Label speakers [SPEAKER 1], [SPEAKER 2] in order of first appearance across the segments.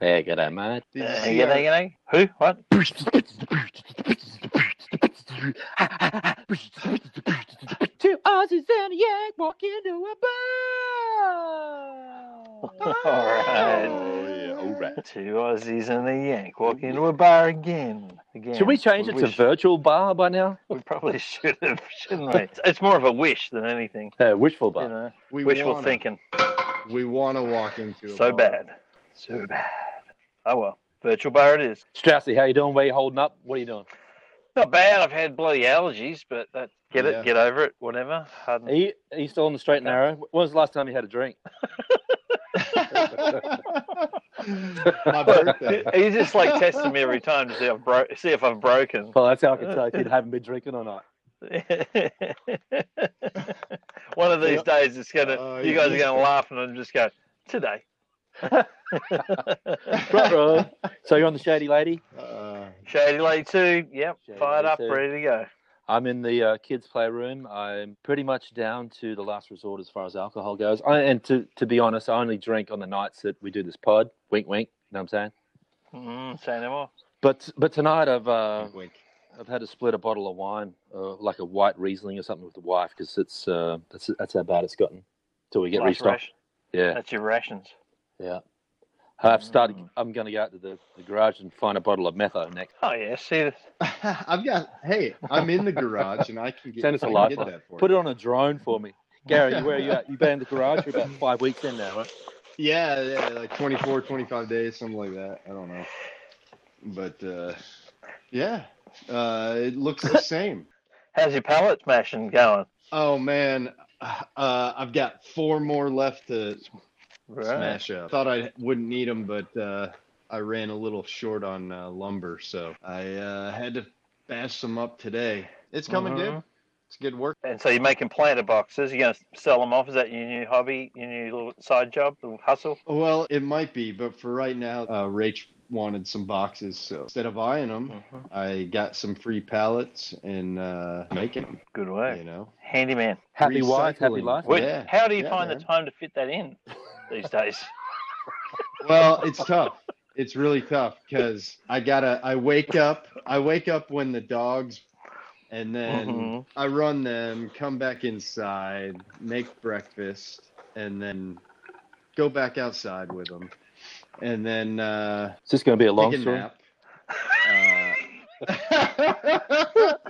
[SPEAKER 1] Hey, good night, mate.
[SPEAKER 2] Did you
[SPEAKER 3] Uh,
[SPEAKER 2] see
[SPEAKER 3] g'day,
[SPEAKER 2] that-
[SPEAKER 3] g'day. Who? What?
[SPEAKER 1] Two Aussies and a Yak walk into a
[SPEAKER 2] Ah!
[SPEAKER 1] bar.
[SPEAKER 3] All right.
[SPEAKER 2] Oh, yeah, all right.
[SPEAKER 3] Two Aussies and a Yank walk into a bar again. Again.
[SPEAKER 4] Should we change it to
[SPEAKER 3] sh-
[SPEAKER 4] virtual bar by now?
[SPEAKER 3] We probably should have, shouldn't we? It's- It's more of a wish than anything.
[SPEAKER 4] Uh, wishful
[SPEAKER 3] You
[SPEAKER 4] bar.
[SPEAKER 3] know,
[SPEAKER 2] We
[SPEAKER 3] wishful
[SPEAKER 2] wanna-
[SPEAKER 3] thinking.
[SPEAKER 2] We want to walk into a
[SPEAKER 3] So
[SPEAKER 2] bar.
[SPEAKER 3] bad. So bad. Oh well. Virtual bar it is.
[SPEAKER 4] Straussy, how you doing? Where you holding up? What are you doing?
[SPEAKER 3] Not bad. I've had bloody allergies, but that, get
[SPEAKER 2] Yeah.
[SPEAKER 3] it, get over it, whatever. Harden-
[SPEAKER 4] Are you, are you still on the straight and narrow? When was the last time you had a drink?
[SPEAKER 2] My birthday.
[SPEAKER 3] Are you just like testing me every time to see if, I've bro- see if I've broken?
[SPEAKER 4] Well, that's how I can tell if you haven't been drinking or not.
[SPEAKER 3] One of these days, it's gonna.
[SPEAKER 2] Oh,
[SPEAKER 3] you
[SPEAKER 2] yeah.
[SPEAKER 3] guys are gonna laugh, and I'm just going today.
[SPEAKER 4] Right, bro. So you're on the shady lady.
[SPEAKER 2] Uh,
[SPEAKER 3] Shady Lady Two. Yep,
[SPEAKER 4] Shady
[SPEAKER 3] fired
[SPEAKER 4] Lady
[SPEAKER 3] up,
[SPEAKER 4] two.
[SPEAKER 3] ready to go.
[SPEAKER 4] I'm in the uh, kids' playroom. I'm pretty much down to the last resort as far as alcohol goes. I, and to, to be honest, I only drink on the nights that we do this pod. Wink, wink. You know what I'm saying?
[SPEAKER 3] Mm, say no more.
[SPEAKER 4] But but tonight I've uh,
[SPEAKER 2] wink, wink.
[SPEAKER 4] I've had to split a bottle of wine, uh, like a white Riesling or something, with the wife because it's uh, that's that's how bad it's gotten. Till we get
[SPEAKER 3] Last
[SPEAKER 4] restocked.
[SPEAKER 3] ration.
[SPEAKER 4] Yeah,
[SPEAKER 3] That's your rations.
[SPEAKER 4] I've started.
[SPEAKER 2] Mm.
[SPEAKER 4] I'm going to go out to the, the garage and find a bottle of metho next.
[SPEAKER 3] Oh yeah, see,
[SPEAKER 2] I've got. Hey, I'm in the garage and I can get.
[SPEAKER 4] Send us a
[SPEAKER 2] I can
[SPEAKER 4] lifeline.
[SPEAKER 2] Get that for
[SPEAKER 4] Put
[SPEAKER 2] you.
[SPEAKER 4] it on a drone for me, Gary. Where are you at? You been in the garage for about five weeks in now, right?
[SPEAKER 2] Yeah, yeah, like 24, 25 days, something like that. I don't know. But uh, yeah, uh, it looks the same.
[SPEAKER 3] how's your palate smashing going?
[SPEAKER 2] Oh man, uh, I've got four more left to
[SPEAKER 3] Right.
[SPEAKER 2] smash up. Thought I wouldn't need them, but uh, I ran a little short on uh, lumber, so I uh, had to bash some up today. It's coming good.
[SPEAKER 3] Mhm.
[SPEAKER 2] It's good work.
[SPEAKER 3] And so you're making planter boxes. You're going to sell them off. Is that your new hobby? Your new little side job, little hustle?
[SPEAKER 2] Well, it might be, but for right now, uh, Rach wanted some boxes, so instead of buying them,
[SPEAKER 4] Mm-hmm.
[SPEAKER 3] Mhm.
[SPEAKER 2] I got some free pallets and uh, making them.
[SPEAKER 3] Good work,
[SPEAKER 2] You know,
[SPEAKER 3] handyman.
[SPEAKER 4] Happy wife, happy
[SPEAKER 2] Recycling.
[SPEAKER 4] life.
[SPEAKER 2] Wait.
[SPEAKER 3] Where-
[SPEAKER 2] Yeah.
[SPEAKER 3] How do you
[SPEAKER 2] Yeah,
[SPEAKER 3] find the
[SPEAKER 2] man.
[SPEAKER 3] time to fit that in these days?
[SPEAKER 2] well it's tough it's really tough because i gotta i wake up i wake up when the dogs and then
[SPEAKER 3] Mhm.
[SPEAKER 2] i run them come back inside make breakfast and then go back outside with them and then uh
[SPEAKER 4] Is this going to be a long
[SPEAKER 2] take a
[SPEAKER 4] story?
[SPEAKER 2] nap uh,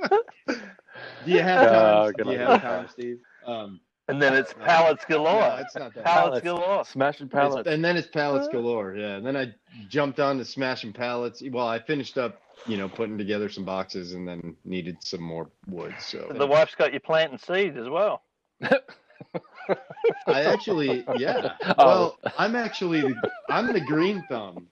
[SPEAKER 2] do you have
[SPEAKER 4] Oh,
[SPEAKER 2] time
[SPEAKER 4] good
[SPEAKER 2] do you
[SPEAKER 4] idea.
[SPEAKER 2] have time steve um
[SPEAKER 3] And then it's
[SPEAKER 2] No.
[SPEAKER 3] pallets galore.
[SPEAKER 2] no, it's not that
[SPEAKER 3] pallets
[SPEAKER 4] Pallets.
[SPEAKER 3] galore.
[SPEAKER 4] Oh, Smashing
[SPEAKER 2] It's-
[SPEAKER 4] pallets.
[SPEAKER 2] and then it's pallets galore. Yeah. And then I jumped on to smashing pallets. Well, I finished up, you know, putting together some boxes and then needed some more wood.
[SPEAKER 3] The
[SPEAKER 2] So
[SPEAKER 3] wife's got you planting seeds as well.
[SPEAKER 2] I actually, yeah.
[SPEAKER 4] Oh.
[SPEAKER 2] Well, I'm actually, I'm the green thumb.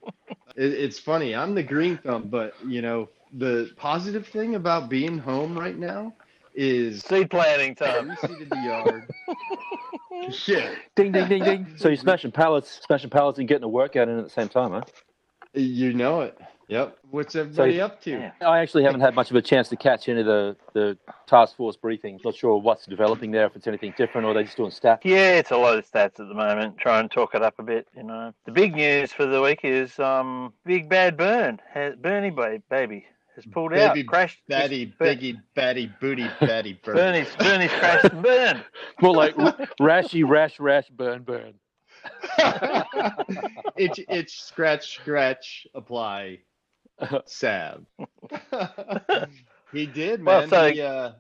[SPEAKER 2] It, it's funny. I'm the green thumb, but you know, the positive thing about being home right now is
[SPEAKER 3] Seed planting time.
[SPEAKER 2] we seeded the yard. yeah.
[SPEAKER 4] Ding, ding, ding, ding. So you're smashing pallets, smashing pallets, and getting a workout in at the same time, huh?
[SPEAKER 2] You know it. Yep. What's everybody up to?
[SPEAKER 3] Yeah.
[SPEAKER 4] I actually haven't had much of a chance to catch any of the, the task force briefings. Not sure what's developing there, if it's anything different, or they're just doing stat.
[SPEAKER 3] Yeah, it's a lot of stats at the moment. Try and talk it up a bit, you know. The big news for the week is um, Big Bad Burn, has, Bernie ba- baby, has pulled
[SPEAKER 2] Baby
[SPEAKER 3] out, crashed.
[SPEAKER 2] Batty,
[SPEAKER 3] Bur-
[SPEAKER 2] biggie, batty, booty, batty, bird.
[SPEAKER 3] Bernie's, Bernie's crashed and burned.
[SPEAKER 4] More like r- rashy, rash, rash, burn, burn.
[SPEAKER 2] it's it's scratch scratch apply salve. he did,
[SPEAKER 3] Well,
[SPEAKER 2] man.
[SPEAKER 3] so-
[SPEAKER 2] he, uh,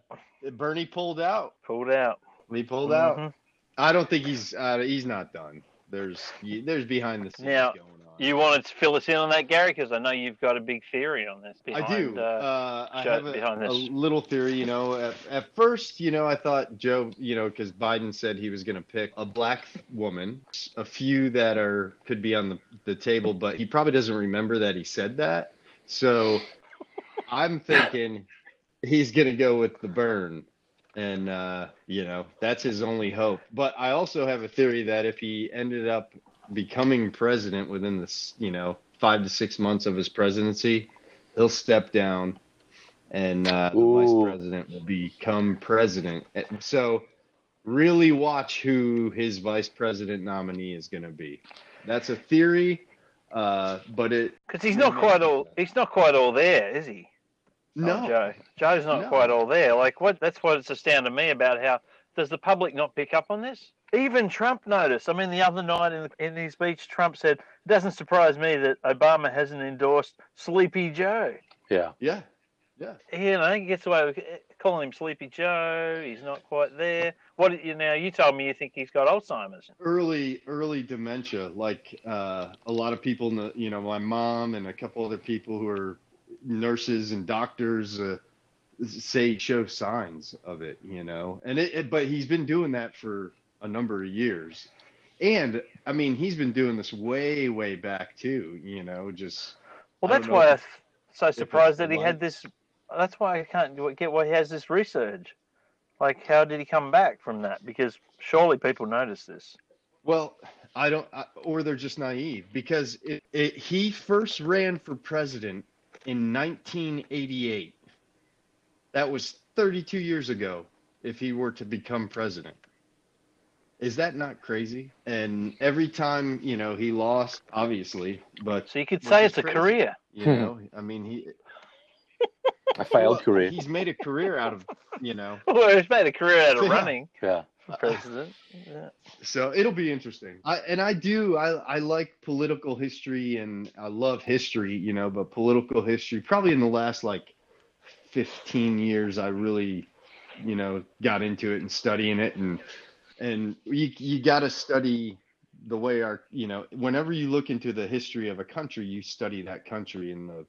[SPEAKER 2] Bernie pulled out.
[SPEAKER 3] Pulled out.
[SPEAKER 2] He pulled out.
[SPEAKER 3] Mhm.
[SPEAKER 2] I don't think he's uh, he's not done. There's y- there's behind the scenes
[SPEAKER 3] Now,
[SPEAKER 2] going on.
[SPEAKER 3] You wanted to fill us in on that, Gary, because I know you've got a big theory on this. Behind,
[SPEAKER 2] I do. Uh,
[SPEAKER 3] Uh,
[SPEAKER 2] I
[SPEAKER 3] Joe
[SPEAKER 2] have a,
[SPEAKER 3] behind
[SPEAKER 2] a
[SPEAKER 3] this.
[SPEAKER 2] little theory, you know. At, at first, you know, I thought Joe, you know, because Biden said he was going to pick a black woman, a few that are could be on the, the table, but he probably doesn't remember that he said that. So I'm thinking he's going to go with the burn. And, uh, you know, that's his only hope. But I also have a theory that if he ended up becoming president within this, you know, five to six months of his presidency, he'll step down and uh, the
[SPEAKER 4] Ooh.
[SPEAKER 2] vice president will become president. And So really watch who his vice president nominee is going to be. That's a theory. Uh, but it
[SPEAKER 3] Because he's not quite all he's not quite all there, is he? Oh,
[SPEAKER 2] no,
[SPEAKER 3] Joe. Joe's not
[SPEAKER 2] No.
[SPEAKER 3] quite all there. Like what? That's what's astounded me about how does the public not pick up on this? Even Trump noticed. I mean, the other night in, in his speech, Trump said, "It doesn't surprise me that Obama hasn't endorsed Sleepy Joe."
[SPEAKER 4] Yeah.
[SPEAKER 2] yeah, yeah.
[SPEAKER 3] You know, he gets away with eh, calling him Sleepy Joe. He's not quite there. What you now? You told me you think he's got Alzheimer's.
[SPEAKER 2] early early dementia like uh, a lot of people in the you know my mom and a couple other people who are nurses and doctors uh, say show signs of it you know and it, it but he's been doing that for a number of years and i mean he's been doing this way way back too you know just
[SPEAKER 3] Well,
[SPEAKER 2] I
[SPEAKER 3] that's
[SPEAKER 2] don't know
[SPEAKER 3] why
[SPEAKER 2] if
[SPEAKER 3] I'm so
[SPEAKER 2] it's
[SPEAKER 3] surprised that he
[SPEAKER 2] light.
[SPEAKER 3] had this. That's why I can't do- get why he has this resurge. Like, how did he come back from that? Because surely people notice this.
[SPEAKER 2] Well, I don't, I, or they're just naive because it, it, he first ran for president in 1988. That was 32 years ago if he were to become president. Is that not crazy? And every time, you know, he lost, obviously, but,
[SPEAKER 3] So you could
[SPEAKER 2] Which
[SPEAKER 3] say
[SPEAKER 2] is
[SPEAKER 3] it's a
[SPEAKER 2] crazy.
[SPEAKER 3] career.
[SPEAKER 2] you
[SPEAKER 4] Hmm.
[SPEAKER 2] know, I mean, he
[SPEAKER 4] A failed
[SPEAKER 2] well,
[SPEAKER 4] career.
[SPEAKER 2] He's made a career out of, you know,
[SPEAKER 3] Well, he's made a career out of
[SPEAKER 2] Yeah.
[SPEAKER 3] running
[SPEAKER 4] Yeah.
[SPEAKER 3] for president. Yeah.
[SPEAKER 2] so it'll be interesting I, and i do I, I like political history and i love history you know but political history probably in the last like 15 years i really you know got into it and studying it and and you, you got to study the way our you know whenever you look into the history of a country you study that country and the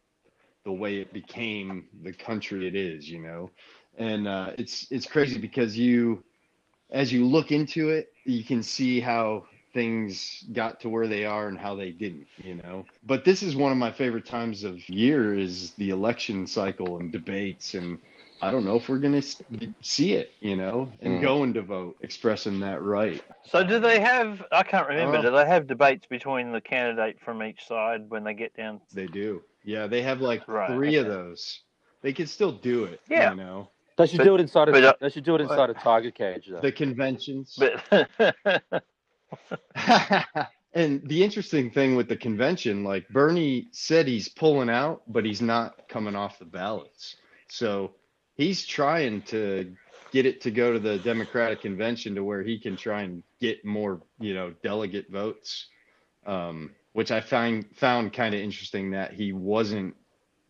[SPEAKER 2] the way it became the country it is you know and uh, it's it's crazy because you as you look into it you can see how things got to where they are and how they didn't you know but this is one of my favorite times of year is the election cycle and debates and i don't know if we're going to see it you know and
[SPEAKER 4] Mm.
[SPEAKER 2] going to vote expressing that right
[SPEAKER 3] So do they have? I can't remember.
[SPEAKER 2] Oh.
[SPEAKER 3] Do they have debates between the candidate from each side when they get down?
[SPEAKER 2] They do. Yeah, they have like
[SPEAKER 3] Right,
[SPEAKER 2] three of
[SPEAKER 3] okay.
[SPEAKER 2] those. They could still do it.
[SPEAKER 3] Yeah.
[SPEAKER 2] You know,
[SPEAKER 4] They should
[SPEAKER 3] But-
[SPEAKER 4] do it inside
[SPEAKER 3] but,
[SPEAKER 4] a.
[SPEAKER 3] uh,
[SPEAKER 4] They should do it inside a tiger cage. Though.
[SPEAKER 2] the conventions.
[SPEAKER 3] But
[SPEAKER 2] and the interesting thing with the convention, like Bernie said he's pulling out, but he's not coming off the ballots. So he's trying to get it to go to the Democratic convention to where he can try and get more, you know, delegate votes. Um, which I find found kind of interesting that he wasn't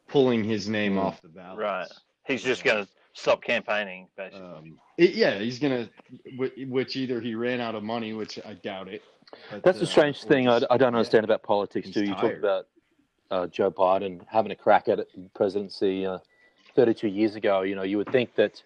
[SPEAKER 2] pulling his name
[SPEAKER 4] Mm.
[SPEAKER 2] off the ballots.
[SPEAKER 3] he's just going to stop campaigning, basically.
[SPEAKER 2] Um, it, yeah, he's gonna, whi- which either he ran out of money, which I doubt it. but,
[SPEAKER 4] That's
[SPEAKER 2] uh,
[SPEAKER 4] the strange
[SPEAKER 2] or
[SPEAKER 4] thing I,
[SPEAKER 2] just-
[SPEAKER 4] I don't understand about politics,
[SPEAKER 2] He's
[SPEAKER 4] too. You talked
[SPEAKER 2] tired.
[SPEAKER 4] about uh, Joe Biden having a crack at it in presidency uh, 32 years ago. You know, you would think that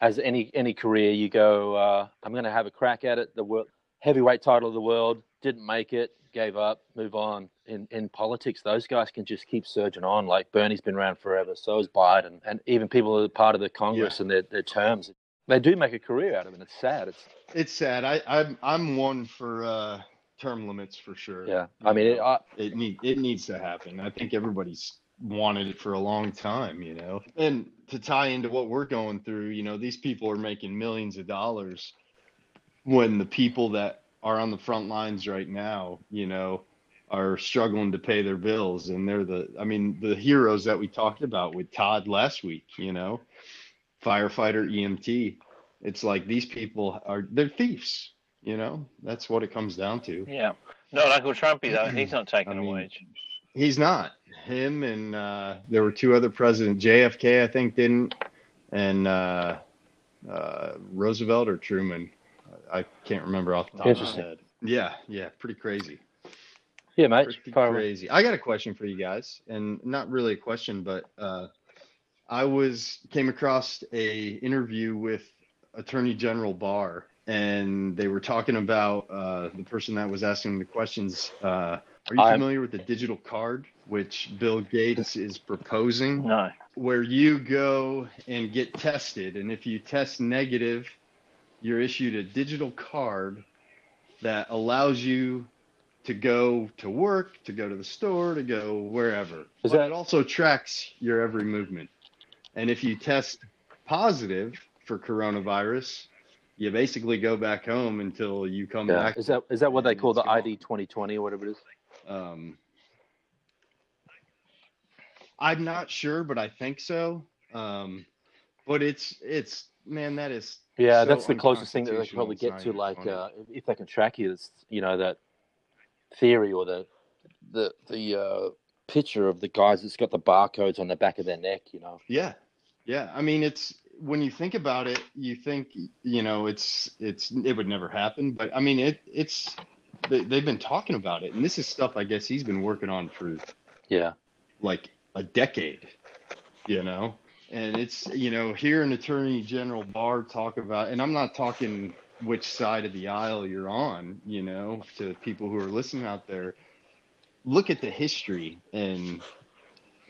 [SPEAKER 4] as any any career, you go, uh, I'm going to have a crack at it. The world, heavyweight title of the world didn't make it, gave up, move on. In in politics, those guys can just keep surging on. Like Bernie's been around forever, so is Biden, and even people who are part of the Congress and their, their terms. They do make a career out of it. It's sad. It's
[SPEAKER 2] It's sad. I, I'm I'm one for uh, term limits for sure.
[SPEAKER 4] yeah. I mean, it, I,
[SPEAKER 2] it need it needs to happen. I think everybody's wanted it for a long time, you know. And to tie into what we're going through, you know, these people are making millions of dollars when the people that are on the front lines right now, you know, are struggling to pay their bills and they're the I mean, the heroes that we talked about with Todd last week, you know, firefighter EMT. It's like these people are they're thieves, you know. That's what it comes down to.
[SPEAKER 3] Yeah. Not Uncle Trumpy though. He's not taking
[SPEAKER 2] I mean-
[SPEAKER 3] a wage.
[SPEAKER 2] He's not. Him and uh, there were two other presidents. JFK, I think, didn't, and uh, uh, Roosevelt or Truman. I can't remember off the top of my
[SPEAKER 4] Interesting.
[SPEAKER 2] head. Yeah, yeah, pretty crazy.
[SPEAKER 4] yeah, mate.
[SPEAKER 2] Pretty
[SPEAKER 4] fire away.
[SPEAKER 2] crazy. I got a question for you guys, and not really a question, but uh, I was came across a interview with Attorney General Barr, and they were talking about uh, the person that was asking the questions. Uh, are you
[SPEAKER 4] I'm-
[SPEAKER 2] familiar with the digital card, which Bill Gates is proposing?
[SPEAKER 3] No.
[SPEAKER 2] where you go and get tested. And if you test negative, you're issued a digital card that allows you to go to work, to go to the store, to go wherever.
[SPEAKER 4] Is
[SPEAKER 2] but
[SPEAKER 4] that-
[SPEAKER 2] it also tracks your every movement. And if you test positive for coronavirus, you basically go back home until you come
[SPEAKER 4] Yeah.
[SPEAKER 2] back.
[SPEAKER 4] Is that is that what they
[SPEAKER 2] and
[SPEAKER 4] call the
[SPEAKER 2] it's gone.
[SPEAKER 4] ID 2020 or whatever it is?
[SPEAKER 2] Um, I'm not sure, but I think so. Um, but it's it's man, that is
[SPEAKER 4] Yeah,
[SPEAKER 2] so
[SPEAKER 4] that's the closest thing that they could
[SPEAKER 2] unconstitutional,
[SPEAKER 4] probably
[SPEAKER 2] it's
[SPEAKER 4] get
[SPEAKER 2] not
[SPEAKER 4] to,
[SPEAKER 2] even
[SPEAKER 4] like
[SPEAKER 2] funny.
[SPEAKER 4] uh, if they can track you, it's you know that theory or the the the uh, picture of the guys that's got the barcodes on the back of their neck. You know,
[SPEAKER 2] Yeah. Yeah. I mean, it's when you think about it, you think, you know, it's, it's, it would never happen. But I mean, it, it's, they, they've been talking about it. And this is stuff I guess he's been working on for
[SPEAKER 4] yeah,
[SPEAKER 2] like a decade, you know? And it's, you know, hearing Attorney General Barr talk about, and I'm not talking which side of the aisle you're on, you know, to people who are listening out there. Look at the history and,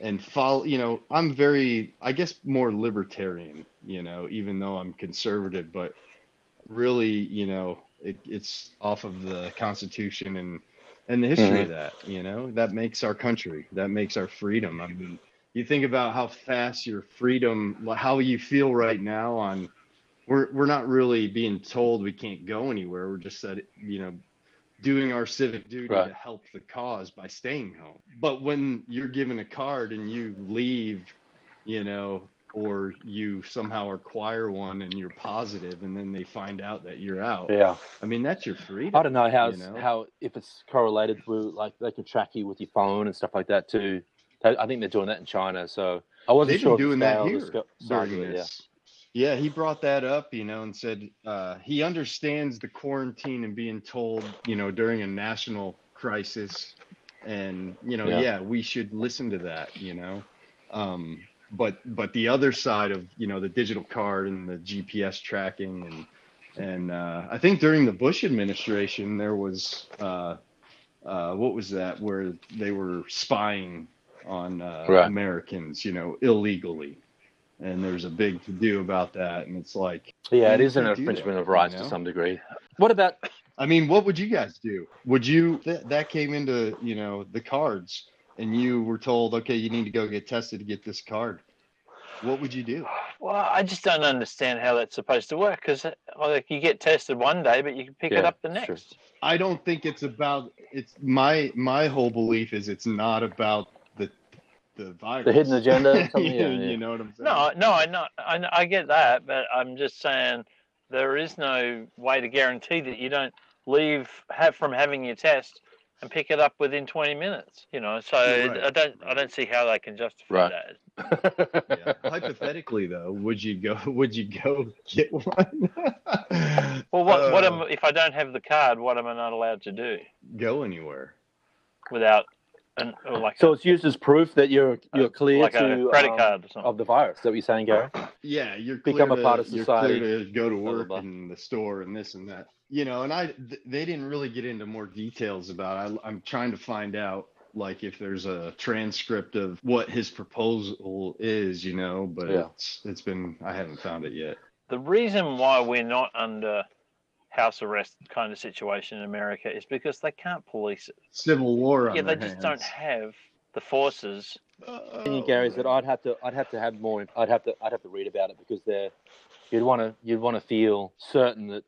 [SPEAKER 2] and follow, you know, I'm very, I guess, more libertarian, you know, even though I'm conservative, but really, you know, it, it's off of the Constitution and, and the history of that, you know, that makes our country, that makes our freedom. I mean, you think about how fast your freedom, how you feel right now on, we're, we're not really being told we can't go anywhere. We're just said, you know, doing our civic duty
[SPEAKER 4] Right.
[SPEAKER 2] to help the cause by staying home. But when you're given a card and you leave, you know, or you somehow acquire one and you're positive and then they find out that you're out.
[SPEAKER 4] yeah.
[SPEAKER 2] I mean, that's your freedom.
[SPEAKER 4] I don't know how
[SPEAKER 2] you
[SPEAKER 4] it's-
[SPEAKER 2] know?
[SPEAKER 4] how if it's correlated with like they can track you with your phone and stuff like that too. I I think they're doing that in China, so I wasn't
[SPEAKER 2] They've
[SPEAKER 4] sure
[SPEAKER 2] been
[SPEAKER 4] if the
[SPEAKER 2] doing that
[SPEAKER 4] scale
[SPEAKER 2] here
[SPEAKER 4] has got-
[SPEAKER 2] during
[SPEAKER 4] size of it, yeah.
[SPEAKER 2] this. Yeah. he brought that up, you know, and said uh, he understands the quarantine and being told, you know, during a national crisis, and you know,
[SPEAKER 4] Yeah.
[SPEAKER 2] yeah, we should listen to that, you know, um, but but the other side of you know the digital card and the GPS tracking and and uh, I think during the Bush administration there was uh, uh, what was that where they were spying on uh,
[SPEAKER 4] Right.
[SPEAKER 2] Americans, you know, illegally, and there's a big to do about that, and it's like,
[SPEAKER 4] Yeah, it
[SPEAKER 2] You
[SPEAKER 4] is an
[SPEAKER 2] can't do that,
[SPEAKER 4] infringement of
[SPEAKER 2] you
[SPEAKER 4] rights to
[SPEAKER 2] know?
[SPEAKER 4] some degree. What about
[SPEAKER 2] I mean, what would you guys do? Would you th- that came into you know the cards, and you were told, okay, you need to go get tested to get this card. What would you do?
[SPEAKER 3] Well, I just don't understand how that's supposed to work because like you get tested one day, but you can pick it
[SPEAKER 4] Yeah,
[SPEAKER 3] up the next.
[SPEAKER 4] sure.
[SPEAKER 2] I don't think it's about it's my my whole belief is it's not about the the virus.
[SPEAKER 4] The hidden agenda or something?
[SPEAKER 2] you,
[SPEAKER 4] Yeah, yeah.
[SPEAKER 2] you know what I'm
[SPEAKER 4] Mm.
[SPEAKER 2] saying?
[SPEAKER 3] No, no, I know, I, know- I get that, but I'm just saying there is no way to guarantee that you don't leave have from having your test and pick it up within 20 minutes. You know, so
[SPEAKER 2] Right,
[SPEAKER 3] I don't, I
[SPEAKER 2] right.
[SPEAKER 3] don't see how they can justify
[SPEAKER 4] Right.
[SPEAKER 3] that.
[SPEAKER 2] Yeah. Hypothetically, though, would you go? Would you go get one?
[SPEAKER 3] Well, what, what
[SPEAKER 2] Uh,
[SPEAKER 3] am if I don't have the card? What am I not allowed to do
[SPEAKER 2] go anywhere?
[SPEAKER 3] without an or like
[SPEAKER 4] So it's used as proof that you're
[SPEAKER 3] a,
[SPEAKER 4] you're clear
[SPEAKER 3] like
[SPEAKER 4] to
[SPEAKER 3] a credit
[SPEAKER 4] um,
[SPEAKER 3] card or something.
[SPEAKER 4] of the virus. Is that what you're saying, Gary?
[SPEAKER 2] Yeah, you're
[SPEAKER 4] Become
[SPEAKER 2] clear
[SPEAKER 4] a part
[SPEAKER 2] to-
[SPEAKER 4] of
[SPEAKER 2] you're
[SPEAKER 4] society.
[SPEAKER 2] clear to go to
[SPEAKER 4] Blah, blah,
[SPEAKER 2] work
[SPEAKER 4] blah.
[SPEAKER 2] and the store and this and that. You know, and I th- they didn't really get into more details about. It. I, I'm trying to find out like if there's a transcript of what his proposal is. You know, but
[SPEAKER 4] Yeah.
[SPEAKER 2] it's it's been I haven't found it yet.
[SPEAKER 3] the reason why we're not under house arrest kind of situation in America is because they can't police it.
[SPEAKER 2] Civil war. On
[SPEAKER 3] yeah, they
[SPEAKER 2] their
[SPEAKER 3] just don't
[SPEAKER 2] hands.
[SPEAKER 3] have the forces.
[SPEAKER 4] Opinion, Gary, is that I'd have to I'd have to have more. I'd have to I'd have to read about it because they're you'd want to you'd want to feel certain that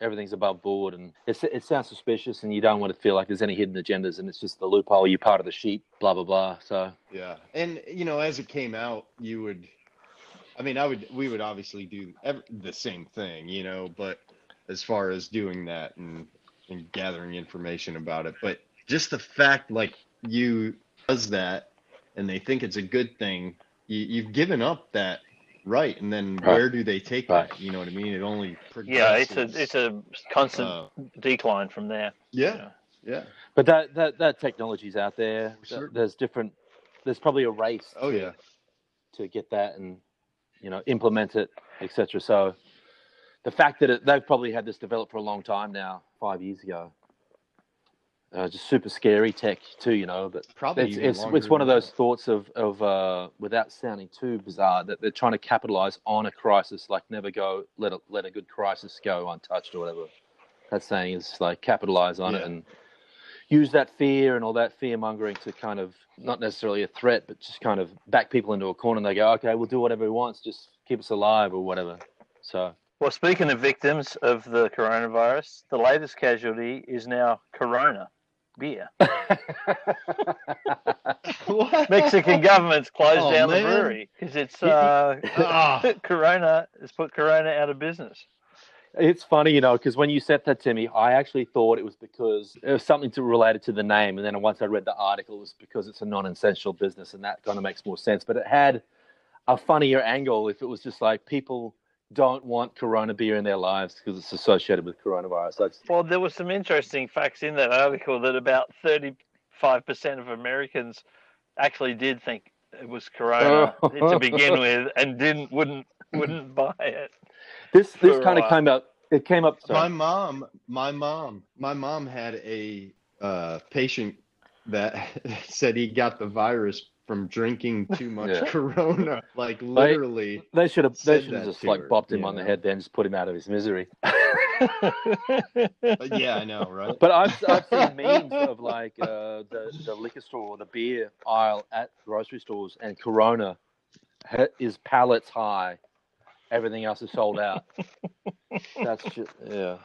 [SPEAKER 4] everything's above board and it's, it sounds suspicious and you don't want to feel like there's any hidden agendas and it's just the loophole. You're part of the sheep. Blah blah blah. So
[SPEAKER 2] Yeah, and you know, as it came out, you would, I mean, I would, we would obviously do ev- the same thing, you know, but as far as doing that and and gathering information about it, but just the fact like you does that, and they think it's a good thing, you, you've given up that right, and then
[SPEAKER 4] Right.
[SPEAKER 2] where do they take
[SPEAKER 4] Right.
[SPEAKER 2] that? You know what I mean? It only
[SPEAKER 3] Yeah, it's
[SPEAKER 2] progresses.
[SPEAKER 3] a it's a constant
[SPEAKER 2] Uh,
[SPEAKER 3] decline from there.
[SPEAKER 2] yeah, yeah.
[SPEAKER 4] But that that that technology's out there. Th-
[SPEAKER 2] Certain.
[SPEAKER 4] There's different. There's probably a race
[SPEAKER 2] Oh yeah.
[SPEAKER 4] to get that and you know implement it, etc. So the fact that it, they've probably had this developed for a long time now, five years ago. Uh, just super scary tech too, you know. But
[SPEAKER 2] Probably
[SPEAKER 4] it's
[SPEAKER 2] even
[SPEAKER 4] it's,
[SPEAKER 2] longer
[SPEAKER 4] it's one of
[SPEAKER 2] than
[SPEAKER 4] those
[SPEAKER 2] that.
[SPEAKER 4] thoughts of of uh, without sounding too bizarre that they're trying to capitalize on a crisis, like never go let a, let a good crisis go untouched or whatever. That saying is like capitalize on it
[SPEAKER 2] Yeah.
[SPEAKER 4] and use that fear and all that fear mongering to kind of not necessarily a threat, but just kind of back people into a corner and they go, okay, we'll do whatever we want, just keep us alive or whatever. So
[SPEAKER 3] Well, speaking of victims of the coronavirus, the latest casualty is now corona. beer.
[SPEAKER 2] What?
[SPEAKER 3] Mexican government's closed
[SPEAKER 2] Oh,
[SPEAKER 3] down
[SPEAKER 2] man.
[SPEAKER 3] the brewery because it's uh,
[SPEAKER 2] Ah.
[SPEAKER 3] Corona has put Corona out of business.
[SPEAKER 4] It's funny, you know, because when you sent that to me, I actually thought it was because it was something to related to the name, and then once I read the article, it was because it's a non-essential business, and that kind of makes more sense. But it had a funnier angle if it was just like people don't want Corona beer in their lives because it's associated with coronavirus. Like,
[SPEAKER 3] Well, there were some interesting facts in that article that about 35% of Americans actually did think it was Corona
[SPEAKER 2] Oh.
[SPEAKER 3] to begin with and didn't wouldn't wouldn't buy it.
[SPEAKER 4] this this
[SPEAKER 3] For
[SPEAKER 4] kind
[SPEAKER 3] what?
[SPEAKER 4] of came up. It came up.
[SPEAKER 2] my
[SPEAKER 4] Sorry.
[SPEAKER 2] mom my mom my mom had a uh, patient that said he got the virus from drinking too much
[SPEAKER 4] Yeah.
[SPEAKER 2] corona like literally
[SPEAKER 4] They should have.
[SPEAKER 2] said
[SPEAKER 4] They should have
[SPEAKER 2] that
[SPEAKER 4] just
[SPEAKER 2] to
[SPEAKER 4] like
[SPEAKER 2] her,
[SPEAKER 4] bopped him
[SPEAKER 2] you
[SPEAKER 4] on the
[SPEAKER 2] know?
[SPEAKER 4] head, then just put him out of his misery.
[SPEAKER 2] Uh, yeah i know right
[SPEAKER 4] But I've, I've seen memes of like uh, the the liquor store or the beer aisle at grocery stores, and Corona ha- is pallets high. Everything else is sold out. That's just, yeah.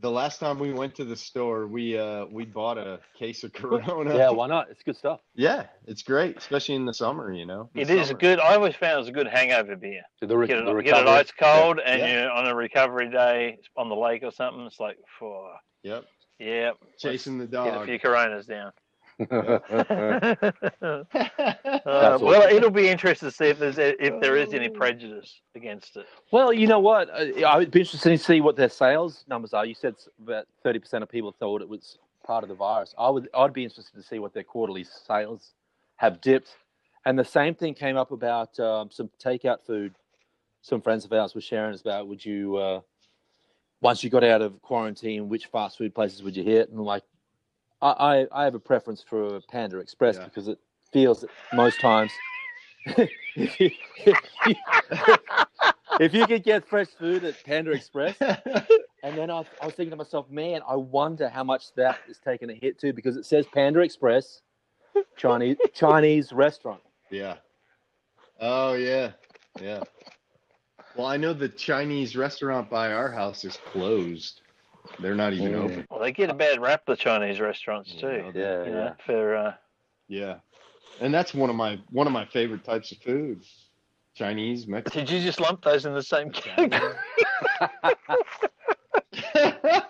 [SPEAKER 2] the last time we went to the store we uh we bought a case of corona
[SPEAKER 4] Yeah, why not? It's good stuff.
[SPEAKER 2] Yeah, it's great especially in the summer you know
[SPEAKER 3] It
[SPEAKER 2] It
[SPEAKER 3] is a good. I always found it was a good hangover beer.
[SPEAKER 4] The, re-
[SPEAKER 3] Get it,
[SPEAKER 4] the
[SPEAKER 3] get it
[SPEAKER 4] recovery-
[SPEAKER 3] ice cold, and
[SPEAKER 2] Yeah.
[SPEAKER 3] you're on a recovery day on the lake or something. It's like, for
[SPEAKER 2] yep
[SPEAKER 3] yeah,
[SPEAKER 2] chasing the
[SPEAKER 3] get a
[SPEAKER 2] dog
[SPEAKER 3] few Coronas down. Uh,
[SPEAKER 4] That's
[SPEAKER 3] well,
[SPEAKER 4] awesome.
[SPEAKER 3] it'll be interesting to see if there's a- if there is
[SPEAKER 2] Oh.
[SPEAKER 3] any prejudice against it.
[SPEAKER 4] Well, you know what? I, I would be interested to see what their sales numbers are. You said s- about thirty percent of people thought it was part of the virus. I would, I'd be interested to see what their quarterly sales have dipped. And the same thing came up about um, some takeout food. Some friends of ours were sharing us about. Would you, uh, once you got out of quarantine, which fast food places would you hit? And like, I, I, I have a preference for Panda Express
[SPEAKER 2] Yeah.
[SPEAKER 4] because it feels that most times. if you- if you- if you could get fresh food at Panda Express, and then I, I was thinking to myself, man, I wonder how much that is taking a hit too, because it says Panda Express, Chinese Chinese restaurant.
[SPEAKER 2] Yeah. Oh yeah. Yeah. Well, I know the Chinese restaurant by our house is closed. They're not
[SPEAKER 3] Oh,
[SPEAKER 2] even
[SPEAKER 4] Mm.
[SPEAKER 2] open.
[SPEAKER 3] Well, they get a bad rap the Chinese restaurants
[SPEAKER 2] you
[SPEAKER 3] too.
[SPEAKER 2] know, they-
[SPEAKER 4] Yeah,
[SPEAKER 3] you know, for uh,
[SPEAKER 2] Yeah. And that's one of my one of my favorite types of food. Chinese, Mexican.
[SPEAKER 3] did you just lump those in the same category?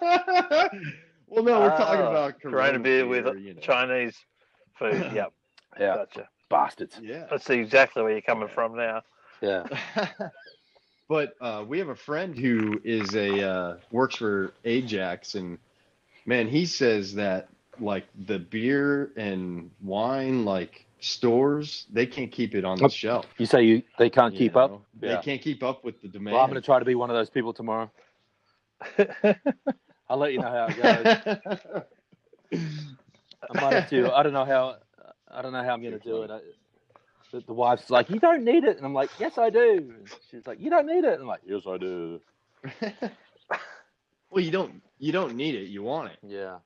[SPEAKER 2] well, no, we're talking
[SPEAKER 3] Ah,
[SPEAKER 2] about
[SPEAKER 3] Corona beer with
[SPEAKER 2] you know.
[SPEAKER 3] Chinese food. Yep,
[SPEAKER 4] yeah,
[SPEAKER 3] gotcha.
[SPEAKER 4] bastards.
[SPEAKER 2] Yeah.
[SPEAKER 3] I see exactly where you're coming from now.
[SPEAKER 4] Yeah,
[SPEAKER 2] but uh, we have a friend who is a uh, works for Ajax, and man, he says that like the beer and wine like stores, they can't keep it on the
[SPEAKER 4] Up-
[SPEAKER 2] shelf.
[SPEAKER 4] you say you they can't
[SPEAKER 2] you
[SPEAKER 4] keep up.
[SPEAKER 2] know?
[SPEAKER 4] Yeah.
[SPEAKER 2] They can't keep up with the demand.
[SPEAKER 4] Well, I'm going to try to be one of those people tomorrow. I'll let you know how it goes. I might have to. I don't know how. I don't know how I'm going to do it. I, the, the wife's like, "You don't need it," and I'm like, "Yes, I do." And she's like, "You don't need it," and I'm like, "Yes, I do."
[SPEAKER 2] well, you don't you don't need it. You want it.
[SPEAKER 4] Yeah,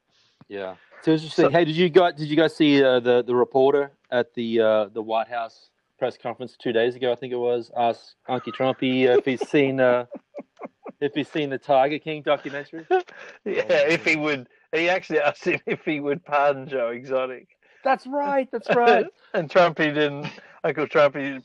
[SPEAKER 4] yeah. It's interesting. hey, did you guys did you guys see uh, the the reporter at the uh, the White House press conference two days ago? I think it was. Asked Uncle Trumpy uh, if he's seen uh, if he's seen the Tiger King documentary.
[SPEAKER 3] yeah, if he would, he actually asked him if he would pardon Joe Exotic,
[SPEAKER 4] That's right. That's right.
[SPEAKER 3] and Trumpy didn't. Uncle Trumpy,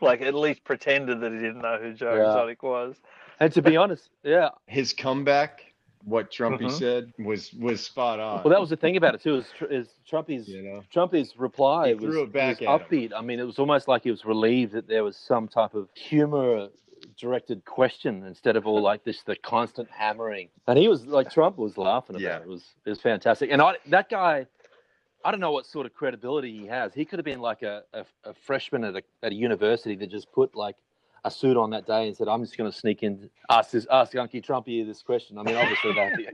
[SPEAKER 3] like, at least pretended that he didn't know who Joe
[SPEAKER 4] Yeah.
[SPEAKER 3] Exotic was.
[SPEAKER 4] and to be honest, yeah.
[SPEAKER 2] His comeback, what Trumpy
[SPEAKER 3] Mhm.
[SPEAKER 2] said, was was spot on.
[SPEAKER 4] Uh-huh. Well, that was the thing about it too. Is, Tr- is Trumpy's
[SPEAKER 2] you know.
[SPEAKER 4] Trumpy's reply
[SPEAKER 2] He
[SPEAKER 4] was,
[SPEAKER 2] threw it back
[SPEAKER 4] was
[SPEAKER 2] at
[SPEAKER 4] upbeat. I mean, it was almost like he was relieved that there was some type of humor directed question instead of all like this the constant hammering. And he was like Trump was laughing about
[SPEAKER 2] Yeah.
[SPEAKER 4] it. It was it was fantastic. And I that guy I don't know what sort of credibility he has. He could have been like a, a, a freshman at a, at a university that just put like a suit on that day and said, "I'm just going to sneak in, ask this, ask Unky Trumpy this question." I mean, obviously that'd be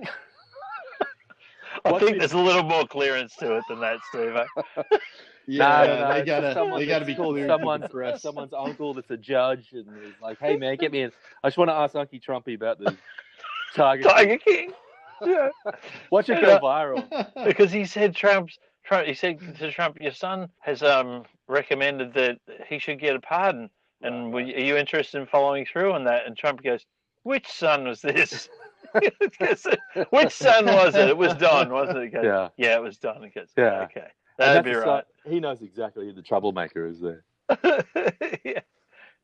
[SPEAKER 3] I
[SPEAKER 4] What
[SPEAKER 3] think
[SPEAKER 4] did-
[SPEAKER 3] there's a little more clearance to it than that, Steve. eh?
[SPEAKER 2] Yeah,
[SPEAKER 4] no, no,
[SPEAKER 2] they
[SPEAKER 4] it's just
[SPEAKER 2] gotta
[SPEAKER 4] someone
[SPEAKER 2] they gotta
[SPEAKER 4] that's
[SPEAKER 2] be
[SPEAKER 4] called
[SPEAKER 2] clear.
[SPEAKER 4] someone's-
[SPEAKER 2] to the press.
[SPEAKER 4] someone's uncle that's a judge and is like, "Hey man, get me in." I just want to ask Unky Trumpy about the target.
[SPEAKER 3] Tiger King. Yeah.
[SPEAKER 4] Watch it go viral.
[SPEAKER 3] because he said Trump's Trump. He said to Trump, "Your son has um recommended that he should get a pardon, and were you- are you interested in following through on that?" And Trump goes, "Which son was this?" Which son was it? It was Don, wasn't it? He goes, yeah.
[SPEAKER 4] Yeah.
[SPEAKER 3] it was Don. He goes,
[SPEAKER 4] Yeah.
[SPEAKER 3] Okay.
[SPEAKER 4] And
[SPEAKER 3] That'd be
[SPEAKER 4] that's
[SPEAKER 3] right.
[SPEAKER 4] the si- He knows exactly who the troublemaker is there.
[SPEAKER 3] yeah.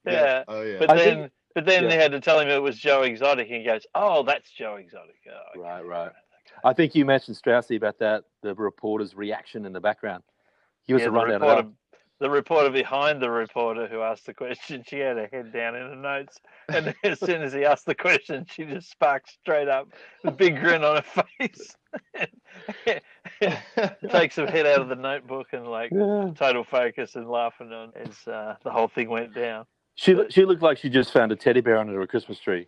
[SPEAKER 3] yeah.
[SPEAKER 2] Oh yeah.
[SPEAKER 3] But
[SPEAKER 4] I
[SPEAKER 3] then,
[SPEAKER 4] think-
[SPEAKER 3] but then
[SPEAKER 4] yeah.
[SPEAKER 3] they had to tell him it was Joe Exotic, and he goes, "Oh, that's Joe Exotic." Oh, okay.
[SPEAKER 4] Right, right. I think you mentioned Straussy about that, the reporter's reaction in the background. He was
[SPEAKER 3] Yeah,
[SPEAKER 4] a
[SPEAKER 3] the
[SPEAKER 4] rundown of
[SPEAKER 3] reporter, the reporter behind the reporter who asked the question, she had her head down in her notes, and as soon as he asked the question, she just sparked straight up, with a big grin on her face, takes her head out of the notebook, and like
[SPEAKER 4] that. Yeah.
[SPEAKER 3] total focus and laughing on as uh, the whole thing went down.
[SPEAKER 4] She, loo- she looked like she just found a teddy bear under a Christmas tree.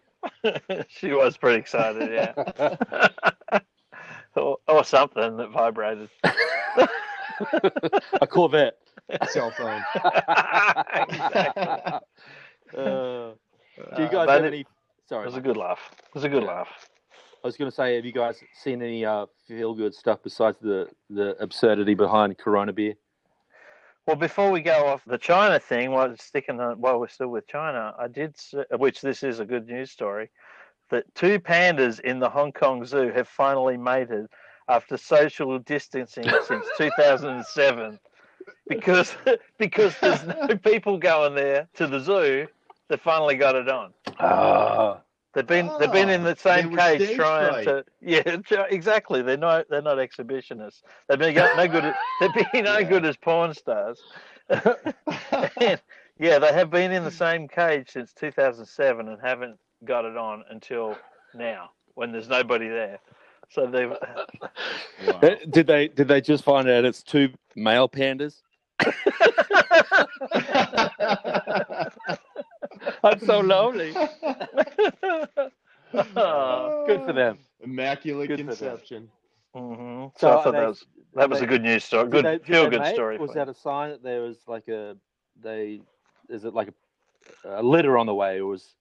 [SPEAKER 3] she was pretty excited, yeah. or, or something that vibrated.
[SPEAKER 4] a Corvette.
[SPEAKER 2] Cell phone.
[SPEAKER 3] Exactly.
[SPEAKER 4] Uh, do you
[SPEAKER 2] Uh,
[SPEAKER 4] guys
[SPEAKER 3] but
[SPEAKER 4] have
[SPEAKER 3] it-
[SPEAKER 4] any?
[SPEAKER 3] It
[SPEAKER 4] Sorry,
[SPEAKER 3] was a
[SPEAKER 4] mate.
[SPEAKER 3] good laugh. It was a good
[SPEAKER 4] Yeah.
[SPEAKER 3] laugh.
[SPEAKER 4] I was going to say, have you guys seen any uh, feel-good stuff besides the the absurdity behind Corona beer?
[SPEAKER 3] Well, before we go off the China thing, while it's sticking on, while we're still with China, I did, s- which this is a good news story, that two pandas in the Hong Kong Zoo have finally mated after social distancing since 2007, because because there's no people going there to the zoo. They finally got it on.
[SPEAKER 4] Ah,
[SPEAKER 3] They've been they've been in
[SPEAKER 2] Ah,
[SPEAKER 3] the
[SPEAKER 2] they
[SPEAKER 3] same
[SPEAKER 2] were
[SPEAKER 3] cage
[SPEAKER 2] stage
[SPEAKER 3] trying
[SPEAKER 2] fright.
[SPEAKER 3] to yeah tr- exactly they're not they're not exhibitionists they've been got no good at, they've been no
[SPEAKER 2] Yeah.
[SPEAKER 3] good as porn stars And, yeah they have been in the same cage since 2007 and haven't got it on until now when there's nobody there so they've
[SPEAKER 2] Wow.
[SPEAKER 4] Uh, did they did they just find out it's two male pandas? I'm so lonely.
[SPEAKER 3] Oh,
[SPEAKER 4] good for them.
[SPEAKER 2] Immaculate
[SPEAKER 4] Good for them.
[SPEAKER 2] conception.
[SPEAKER 3] mhm. so,
[SPEAKER 4] So
[SPEAKER 3] I
[SPEAKER 4] are
[SPEAKER 3] thought
[SPEAKER 4] they-
[SPEAKER 3] that was that was
[SPEAKER 4] they-
[SPEAKER 3] a good news story
[SPEAKER 4] Did
[SPEAKER 3] good
[SPEAKER 4] they- did
[SPEAKER 3] feel
[SPEAKER 4] they
[SPEAKER 3] good
[SPEAKER 4] make-
[SPEAKER 3] story
[SPEAKER 4] Was
[SPEAKER 3] for
[SPEAKER 4] that a sign that there was like a they? Is it like a, a litter on the way, or was?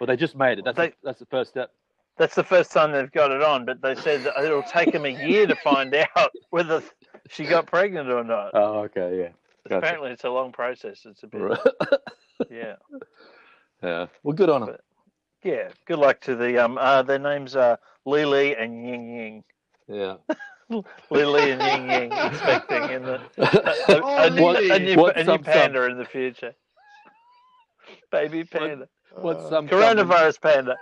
[SPEAKER 4] Well, they just made it. That's
[SPEAKER 3] They-
[SPEAKER 4] the, that's the first step.
[SPEAKER 3] That's the first time they've got it on, but they said that it'll take them a year to find out whether she got pregnant or not.
[SPEAKER 4] Oh, okay, yeah. gotcha.
[SPEAKER 3] Apparently, it's a long process. It's a bit, yeah,
[SPEAKER 4] yeah. Well, good on them.
[SPEAKER 3] yeah. Good luck to the um. Uh, their names are Lily and Ying Ying.
[SPEAKER 4] Yeah.
[SPEAKER 3] Lily and Ying Ying expecting in the a,
[SPEAKER 4] What-
[SPEAKER 3] a new, a new,
[SPEAKER 4] Oh, what
[SPEAKER 3] a new
[SPEAKER 4] some-
[SPEAKER 3] panda in the future. Baby panda,
[SPEAKER 4] What's um,
[SPEAKER 2] Uh,
[SPEAKER 4] some
[SPEAKER 3] coronavirus panda,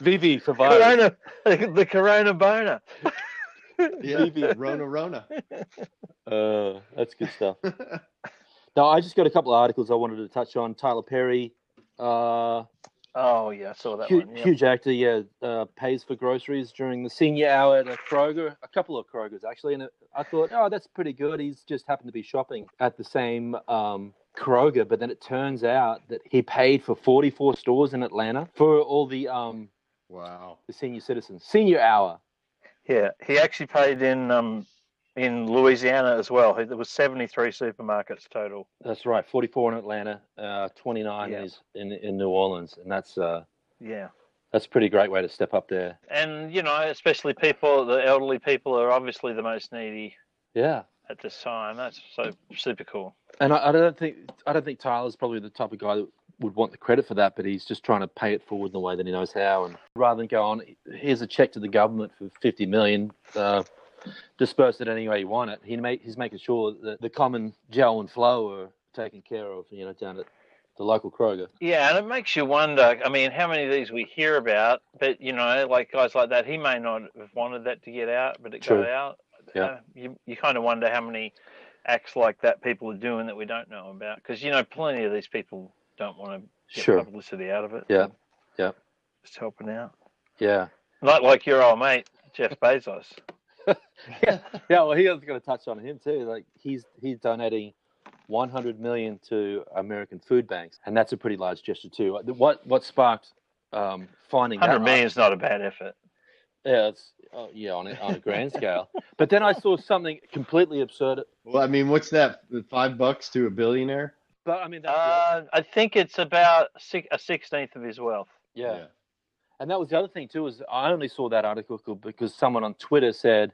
[SPEAKER 4] Vivi for virus.
[SPEAKER 3] corona, the corona boner.
[SPEAKER 2] yeah, Rona Rona.
[SPEAKER 4] Uh, that's good stuff. No, I just got a couple of articles I wanted to touch on. Tyler Perry, uh,
[SPEAKER 3] Oh yeah, I saw that
[SPEAKER 4] hu-
[SPEAKER 3] one. yeah.
[SPEAKER 4] huge actor, yeah, uh, pays for groceries during the senior hour at a Kroger, a couple of Krogers actually. And I thought, oh, that's pretty good. He's just happened to be shopping at the same um, Kroger, but then it turns out that he paid for 44 stores in Atlanta for all the um,
[SPEAKER 2] Wow.
[SPEAKER 4] the senior citizens, senior hour.
[SPEAKER 3] Yeah, he actually paid in um in Louisiana as well. There was seventy three supermarkets total.
[SPEAKER 4] That's right, 44 in Atlanta, uh, 29
[SPEAKER 3] Yeah.
[SPEAKER 4] is in in New Orleans, and that's uh,
[SPEAKER 3] Yeah,
[SPEAKER 4] that's a pretty great way to step up there.
[SPEAKER 3] and you know, especially people, the elderly people are obviously the most needy
[SPEAKER 4] Yeah.
[SPEAKER 3] at this time. That's so super cool.
[SPEAKER 4] And I, I don't think I don't think Tyler's probably the type of guy that would want the credit for that, but he's just trying to pay it forward in the way that he knows how. And rather than go on, here's a check to the government for fifty million, uh, disperse it any way you want it. He make, he's making sure that the common Joe and Flo are taken care of, you know, down at the local Kroger.
[SPEAKER 3] Yeah, and it makes you wonder. I mean, how many of these we hear about? But you know, like guys like that, he may not have wanted that to get out, but it
[SPEAKER 4] True.
[SPEAKER 3] got out.
[SPEAKER 4] Yeah.
[SPEAKER 3] Uh, you you kind of wonder how many acts like that people are doing that we don't know about because you know, plenty of these people don't want to get publicity out of it.
[SPEAKER 4] Yeah. Yeah.
[SPEAKER 3] Just helping out.
[SPEAKER 4] Yeah.
[SPEAKER 3] Not like your old mate, Jeff Bezos.
[SPEAKER 4] Yeah. Well, he was going to touch on him too. Like he's he's donating. 100 million to American food banks, and that's a pretty large gesture too. What what sparked um, finding that
[SPEAKER 3] Hundred
[SPEAKER 4] ar-
[SPEAKER 3] million is not a bad effort.
[SPEAKER 4] Yeah, it's oh, yeah on a, on a grand scale. But then I saw something completely absurd.
[SPEAKER 2] Well, I mean, what's that? Five bucks to a billionaire?
[SPEAKER 4] But I mean, that's
[SPEAKER 3] Uh, I think it's about six, a sixteenth of his wealth.
[SPEAKER 4] the, yeah. And that was the other thing too is I only saw that article co- because someone on Twitter said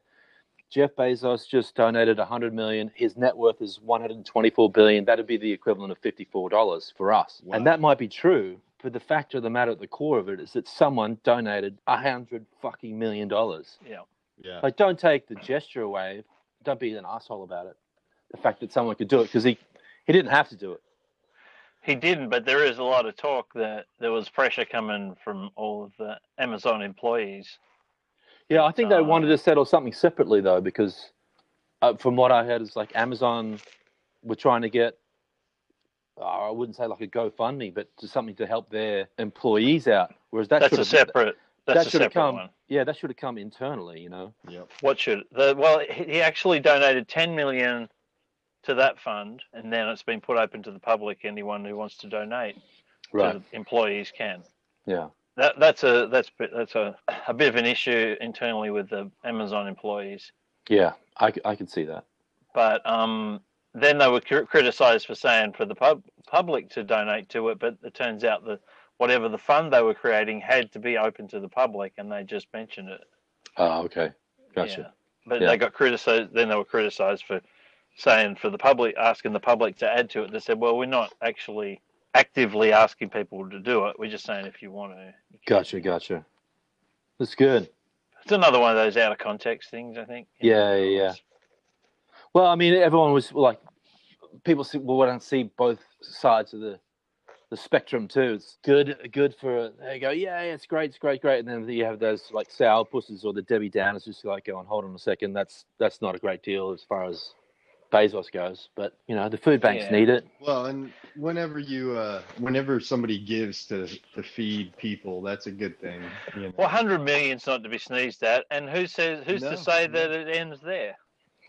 [SPEAKER 4] Jeff Bezos just donated 100 million. His net worth is 124 billion. That'd be the equivalent of 54 dollars for us.
[SPEAKER 2] Wow.
[SPEAKER 4] And that might be true, But the fact of the matter at the core of it is that someone donated a hundred fucking million dollars.
[SPEAKER 3] Yeah.
[SPEAKER 2] Yeah.
[SPEAKER 4] Like, don't take the gesture away. Don't be an asshole about it. The fact that someone could do it because he he didn't have to do it.
[SPEAKER 3] He didn't, but there is a lot of talk that there was pressure coming from all of the Amazon employees.
[SPEAKER 4] Yeah, I think they
[SPEAKER 3] Uh,
[SPEAKER 4] wanted to settle something separately though, because uh, from what I heard, it's like Amazon were trying to get. uh, I wouldn't say like a GoFundMe, but just something to help their employees out. Whereas that
[SPEAKER 3] That's
[SPEAKER 4] should
[SPEAKER 3] a
[SPEAKER 4] have
[SPEAKER 3] separate. That's
[SPEAKER 4] that
[SPEAKER 3] a
[SPEAKER 4] should have
[SPEAKER 3] separate
[SPEAKER 4] come-
[SPEAKER 3] one.
[SPEAKER 4] yeah, that should have come internally, you know.
[SPEAKER 2] Yep.
[SPEAKER 3] What should the well? He he actually donated ten million to that fund, and then it's been put open to the public. Anyone who wants to donate to the employees can.
[SPEAKER 4] Yeah.
[SPEAKER 3] That that's a that's a bit- that's a, a bit of an issue internally with the Amazon employees.
[SPEAKER 4] Yeah. I, c- I could see that.
[SPEAKER 3] But um, then they were cr- criticised for saying for the pub- public to donate to it, but it turns out that whatever the fund they were creating had to be open to the public, and they just mentioned it.
[SPEAKER 4] Oh, okay.
[SPEAKER 3] Yeah.
[SPEAKER 4] Gotcha.
[SPEAKER 3] But
[SPEAKER 4] Yeah.
[SPEAKER 3] they got criticised. Then they were criticised for saying for the public, asking the public to add to it. They said, "Well, we're not actually actively asking people to do it. We're just saying if you want to." you can."
[SPEAKER 4] Gotcha. Gotcha. That's good.
[SPEAKER 3] It's another one of those out of context things, I think.
[SPEAKER 4] Yeah, yeah, yeah. Well, I mean, everyone was like, people see, well, I don't see both sides of the the spectrum too. It's good, good for they go, yeah, yeah, it's great, it's great, great. And then you have those like sour pusses or the Debbie Downers, just like going, hold on a second, that's that's not a great deal as far as Bezos goes. But you know, the food banks
[SPEAKER 3] Yeah.
[SPEAKER 4] need it.
[SPEAKER 2] Well, and whenever you, uh, whenever somebody gives to to feed people, that's a good thing. You know?
[SPEAKER 3] Well, hundred million's not to be sneezed at, and who says who's
[SPEAKER 2] No,
[SPEAKER 3] to say
[SPEAKER 2] no.
[SPEAKER 3] that it ends there?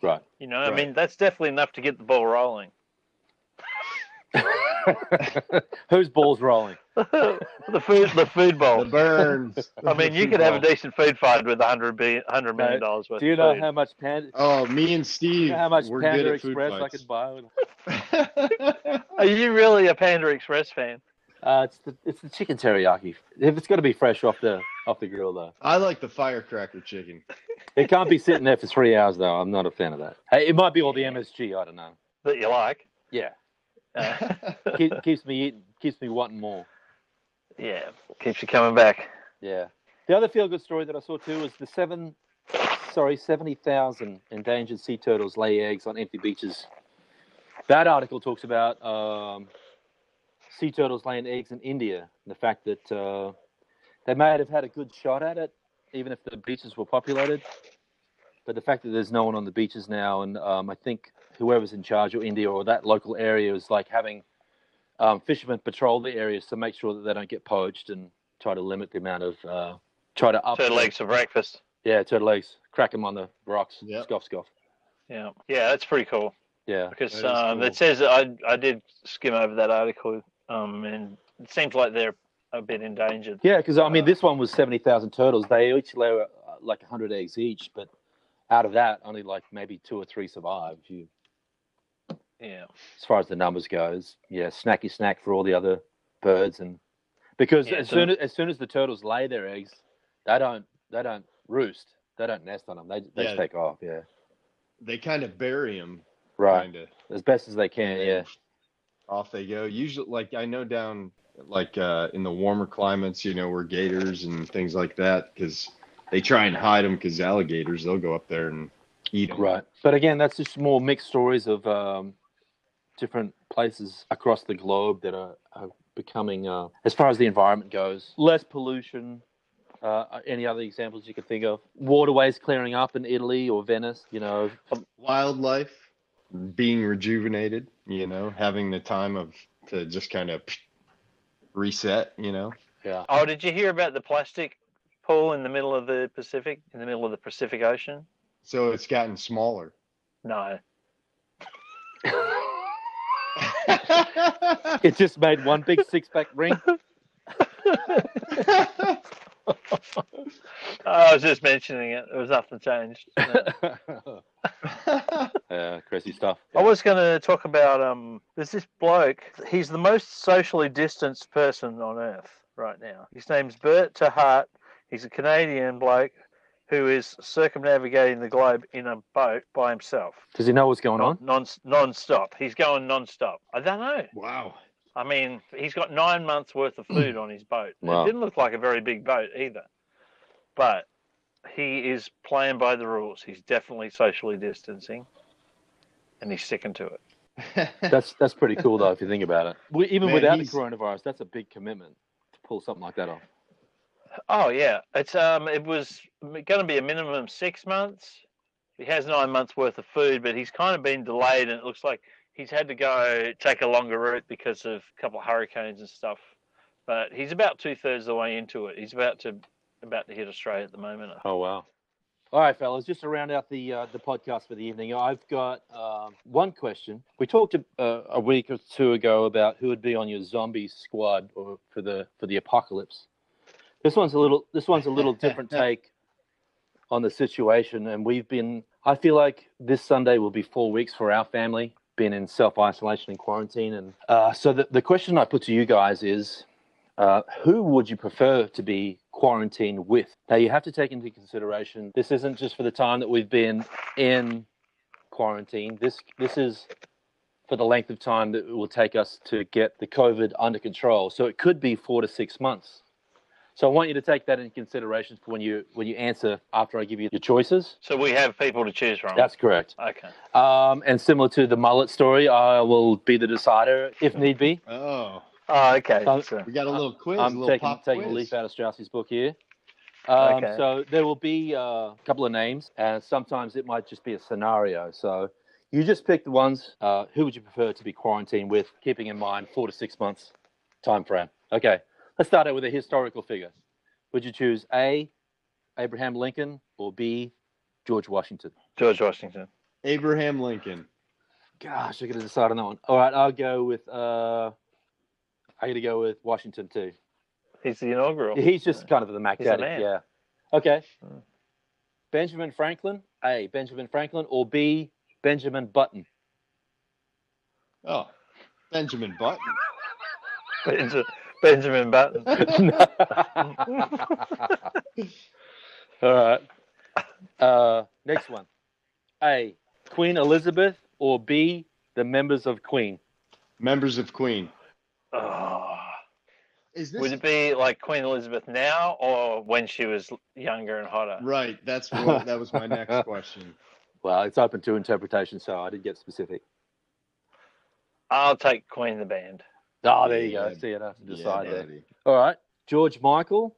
[SPEAKER 4] Right.
[SPEAKER 3] You know, I
[SPEAKER 2] Right.
[SPEAKER 3] mean, that's definitely enough to get the ball rolling.
[SPEAKER 4] Whose ball's rolling?
[SPEAKER 3] the food, the food bowl.
[SPEAKER 2] the burns.
[SPEAKER 3] I mean, you could have a decent food fight with a hundred billion, hundred million
[SPEAKER 4] Mate,
[SPEAKER 3] dollars worth.
[SPEAKER 4] Do you
[SPEAKER 3] of
[SPEAKER 4] know
[SPEAKER 3] food.
[SPEAKER 4] how much Panda?
[SPEAKER 2] Oh, me and
[SPEAKER 4] do
[SPEAKER 2] Steve,
[SPEAKER 4] you know how much
[SPEAKER 2] we're
[SPEAKER 4] Panda
[SPEAKER 2] good at food
[SPEAKER 4] Express I
[SPEAKER 2] fights.
[SPEAKER 4] could buy? with-
[SPEAKER 3] Are you really a Panda Express fan?
[SPEAKER 4] Uh, it's the it's the chicken teriyaki. If it's got to be fresh off the off the grill though,
[SPEAKER 2] I like the firecracker chicken.
[SPEAKER 4] it can't be sitting there for three hours though. I'm not a fan of that. Hey, it might be all the MSG. I don't know.
[SPEAKER 3] That you like?
[SPEAKER 4] Yeah,
[SPEAKER 3] Uh,
[SPEAKER 4] Keep, keeps me eating, keeps me wanting more.
[SPEAKER 3] yeah, keeps you coming back.
[SPEAKER 4] Yeah. The other feel good story that I saw too was the seven, sorry, seventy thousand endangered sea turtles lay eggs on empty beaches. That article talks about um, sea turtles laying eggs in India. and The fact that uh, they may have had a good shot at it, even if the beaches were populated. But the fact that there's no one on the beaches now, and um, I think whoever's in charge or India or that local area is like having um, fishermen patrol the areas to make sure that they don't get poached and try to limit the amount of uh, try to up
[SPEAKER 3] Turtle eggs for breakfast.
[SPEAKER 4] Yeah, turtle eggs. Crack them on the rocks.
[SPEAKER 2] Yep.
[SPEAKER 4] Scoff, scoff.
[SPEAKER 3] Yeah, yeah, that's pretty cool.
[SPEAKER 4] Yeah,
[SPEAKER 3] because
[SPEAKER 2] That is
[SPEAKER 3] um,
[SPEAKER 2] cool.
[SPEAKER 3] it says I I did skim over that article, um, and it seems like they're a bit endangered.
[SPEAKER 4] yeah. Because I mean,
[SPEAKER 3] Uh,
[SPEAKER 4] this one was seventy thousand turtles. They each lay uh, like hundred eggs each, but out of that, only like maybe two or three survive. If you,
[SPEAKER 3] Yeah,
[SPEAKER 4] as far as the numbers goes, yeah, snacky snack for all the other birds, and because
[SPEAKER 3] Yeah,
[SPEAKER 4] as
[SPEAKER 3] so-
[SPEAKER 4] soon as, as soon as the turtles lay their eggs, they don't they don't roost. They don't nest on them. They they just
[SPEAKER 2] Yeah.
[SPEAKER 4] take off. Yeah,
[SPEAKER 2] They kind of bury him,
[SPEAKER 4] right.
[SPEAKER 2] kind of.
[SPEAKER 4] As best as they can. Yeah.
[SPEAKER 2] off they go. Usually, like I know down like uh, in the warmer climates, you know, where gators and things like that, because they try and hide them because alligators they'll go up there and eat them.
[SPEAKER 4] Right. But again, that's just more mixed stories of um, different places across the globe that are, are becoming, uh, as far as the environment goes, less pollution. Uh, any other examples you could think of? Waterways clearing up in Italy or Venice, you know.
[SPEAKER 2] Wildlife being rejuvenated, you know, having the time of to just kind of reset, you know.
[SPEAKER 4] Yeah.
[SPEAKER 3] Oh, did you hear about the plastic pool in the middle of the Pacific, in the middle of the Pacific Ocean?
[SPEAKER 2] So it's gotten smaller.
[SPEAKER 3] No.
[SPEAKER 4] It just made one big six pack ring.
[SPEAKER 3] I was just mentioning it. There was nothing changed. No.
[SPEAKER 4] yeah, crazy stuff.
[SPEAKER 3] I was going to talk about um. There's this bloke. He's the most socially distanced person on earth right now. His name's Bert Tahart. He's a Canadian bloke who is circumnavigating the globe in a boat by himself,
[SPEAKER 4] Does he know what's going on?
[SPEAKER 3] non non stop. He's going non stop. I don't know.
[SPEAKER 2] wow.
[SPEAKER 3] I mean, he's got nine months worth of food on his boat.
[SPEAKER 4] Wow.
[SPEAKER 3] It didn't look like a very big boat either, but he is playing by the rules. He's definitely socially distancing, and he's sticking to it.
[SPEAKER 4] That's that's pretty cool though if you think about it. We, even
[SPEAKER 2] Man,
[SPEAKER 4] without the
[SPEAKER 2] he's-
[SPEAKER 4] coronavirus, that's a big commitment to pull something like that off.
[SPEAKER 3] Oh yeah, it's um, it was going to be a minimum six months. He has nine months worth of food, but he's kind of been delayed, and it looks like he's had to go take a longer route because of a couple of hurricanes and stuff. But he's about two thirds of the way into it. He's about to about to hit Australia at the moment.
[SPEAKER 4] Oh wow! All right, fellas, just to round out the uh, the podcast for the evening, I've got um one question. We talked uh, a week or two ago about who would be on your zombie squad or for the for the apocalypse. This one's a little this one's a little different take on the situation, and we've been. I feel like this Sunday will be four weeks for our family being in self isolation and quarantine, and uh, so the, the question I put to you guys is. Uh, who would you prefer to be quarantined with? Now, you have to take into consideration this isn't just for the time that we've been in quarantine. This this is for the length of time that it will take us to get the COVID under control. So it could be four to six months. So I want you to take that into consideration for when you when you answer after I give you your choices.
[SPEAKER 3] So we have people to choose from.
[SPEAKER 4] That's correct.
[SPEAKER 3] okay.
[SPEAKER 4] Um, and similar to the mullet story, I will be the decider if need be.
[SPEAKER 2] oh,
[SPEAKER 3] Oh, okay.
[SPEAKER 4] Um,
[SPEAKER 3] So-
[SPEAKER 2] we got a little quiz, a
[SPEAKER 4] I'm
[SPEAKER 2] little
[SPEAKER 4] taking,
[SPEAKER 2] pop
[SPEAKER 4] taking a
[SPEAKER 2] quiz.
[SPEAKER 4] leaf out of Strauss's book here. Um,
[SPEAKER 3] Okay.
[SPEAKER 4] So there will be uh, a couple of names, and sometimes it might just be a scenario. So you just pick the ones. Uh, who would you prefer to be quarantined with, keeping in mind four to six months time frame? Okay, let's start out with a historical figure. Would you choose A, Abraham Lincoln, or B, George Washington?
[SPEAKER 3] George Washington.
[SPEAKER 2] Abraham Lincoln.
[SPEAKER 4] Gosh, I got to decide on that one. All right, I'll go with. Uh, I got to go with Washington too.
[SPEAKER 3] He's the inaugural.
[SPEAKER 4] He's just kind of the Mac
[SPEAKER 3] He's the
[SPEAKER 4] Daddy.
[SPEAKER 3] man.
[SPEAKER 4] Yeah. Okay.
[SPEAKER 3] Mm.
[SPEAKER 4] Benjamin Franklin, A. Benjamin Franklin, or B. Benjamin Button.
[SPEAKER 2] Oh, Benjamin Button.
[SPEAKER 3] Benja- Benjamin Button.
[SPEAKER 4] All right. Uh, next one. A. Queen Elizabeth, or B. The members of Queen.
[SPEAKER 2] Members of Queen.
[SPEAKER 3] Oh.
[SPEAKER 2] Is
[SPEAKER 3] Would it be like Queen Elizabeth now or when she was younger and hotter?
[SPEAKER 2] right? That's what, that was my next question.
[SPEAKER 4] Well, it's open to interpretation, so I didn't get specific.
[SPEAKER 3] I'll take Queen the band.
[SPEAKER 4] Oh, there you go.
[SPEAKER 2] Yeah.
[SPEAKER 4] See, I have to decide
[SPEAKER 2] yeah,
[SPEAKER 4] there.
[SPEAKER 2] buddy.
[SPEAKER 4] All right. George Michael,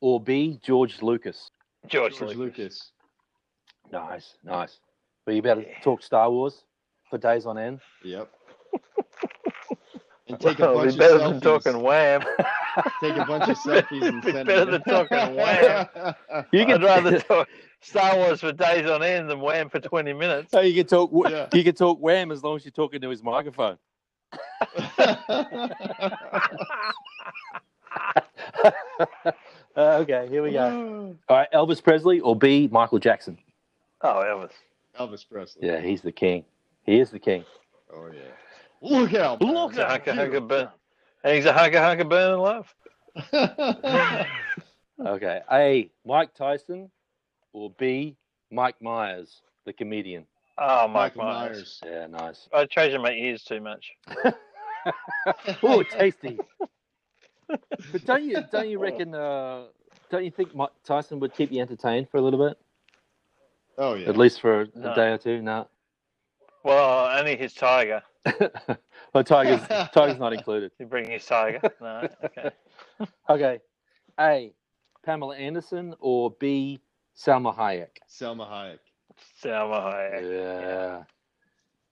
[SPEAKER 4] or B. George Lucas.
[SPEAKER 3] George,
[SPEAKER 2] George
[SPEAKER 3] Lucas.
[SPEAKER 2] Lucas.
[SPEAKER 4] Nice, nice. But you better
[SPEAKER 3] Yeah.
[SPEAKER 4] talk Star Wars for days on end.
[SPEAKER 2] Yep. And take a
[SPEAKER 3] Well, it'd
[SPEAKER 2] bunch of
[SPEAKER 3] be Oh, better
[SPEAKER 2] selfies.
[SPEAKER 3] than talking wham.
[SPEAKER 2] Take a bunch of selfies and
[SPEAKER 3] Be
[SPEAKER 2] send
[SPEAKER 3] better
[SPEAKER 2] them.
[SPEAKER 3] than talking wham.
[SPEAKER 4] You
[SPEAKER 3] I'd rather talk Star Wars for days on end than wham for 20 minutes.
[SPEAKER 4] so you can talk. wh-
[SPEAKER 2] Yeah.
[SPEAKER 4] You can talk wham as long as you're talking to his microphone. Uh, okay, here we go. All right, Elvis Presley or B. Michael Jackson.
[SPEAKER 3] Oh, Elvis.
[SPEAKER 2] Elvis Presley.
[SPEAKER 4] Yeah, he's the king. He is the king.
[SPEAKER 2] Oh yeah. Look out!
[SPEAKER 3] Look out, Hunka Hunka Burn. And he's a hunker hunker burning love.
[SPEAKER 4] Okay, A. Mike Tyson or B. Mike Myers, the comedian.
[SPEAKER 3] Oh, Mike
[SPEAKER 2] Michael
[SPEAKER 3] Myers.
[SPEAKER 2] Myers.
[SPEAKER 4] Yeah, nice.
[SPEAKER 3] I treasure my ears too much.
[SPEAKER 4] Oh, tasty. but don't you don't you reckon? Uh, don't you think Mike Tyson would keep you entertained for a little bit?
[SPEAKER 2] Oh yeah.
[SPEAKER 4] At least for a
[SPEAKER 3] No.
[SPEAKER 4] day or two. No.
[SPEAKER 3] Well, only his tiger.
[SPEAKER 4] well, Tiger's Tiger's not included.
[SPEAKER 3] You bring his tiger. No, okay.
[SPEAKER 4] Okay. A. Pamela Anderson or B. Salma Hayek.
[SPEAKER 2] Selma Hayek.
[SPEAKER 3] Salma Hayek.
[SPEAKER 4] Yeah.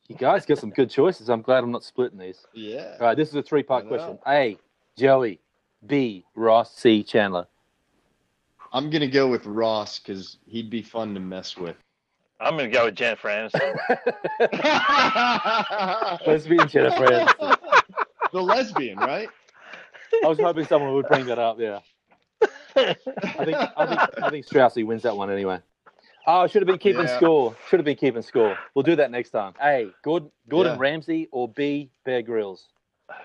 [SPEAKER 4] You guys got some good choices. I'm glad I'm not splitting these.
[SPEAKER 2] Yeah.
[SPEAKER 4] All right, this is a three-part
[SPEAKER 2] I
[SPEAKER 4] question.
[SPEAKER 2] know.
[SPEAKER 4] A. Joey. B. Ross. C. Chandler.
[SPEAKER 2] I'm gonna go with Ross because he'd be fun to mess with.
[SPEAKER 3] I'm going to go with Jennifer Aniston.
[SPEAKER 2] the
[SPEAKER 4] Let's be Jennifer. Aniston.
[SPEAKER 2] lesbian, right?
[SPEAKER 4] I was hoping someone would bring that up. Yeah. I think I think I think Straussy wins that one anyway. Oh, I should have been keeping
[SPEAKER 2] Yeah.
[SPEAKER 4] score. Should have been keeping score. We'll do that next time. A. Gordon Gordon
[SPEAKER 2] Yeah.
[SPEAKER 4] Ramsay or B. Bear Grylls,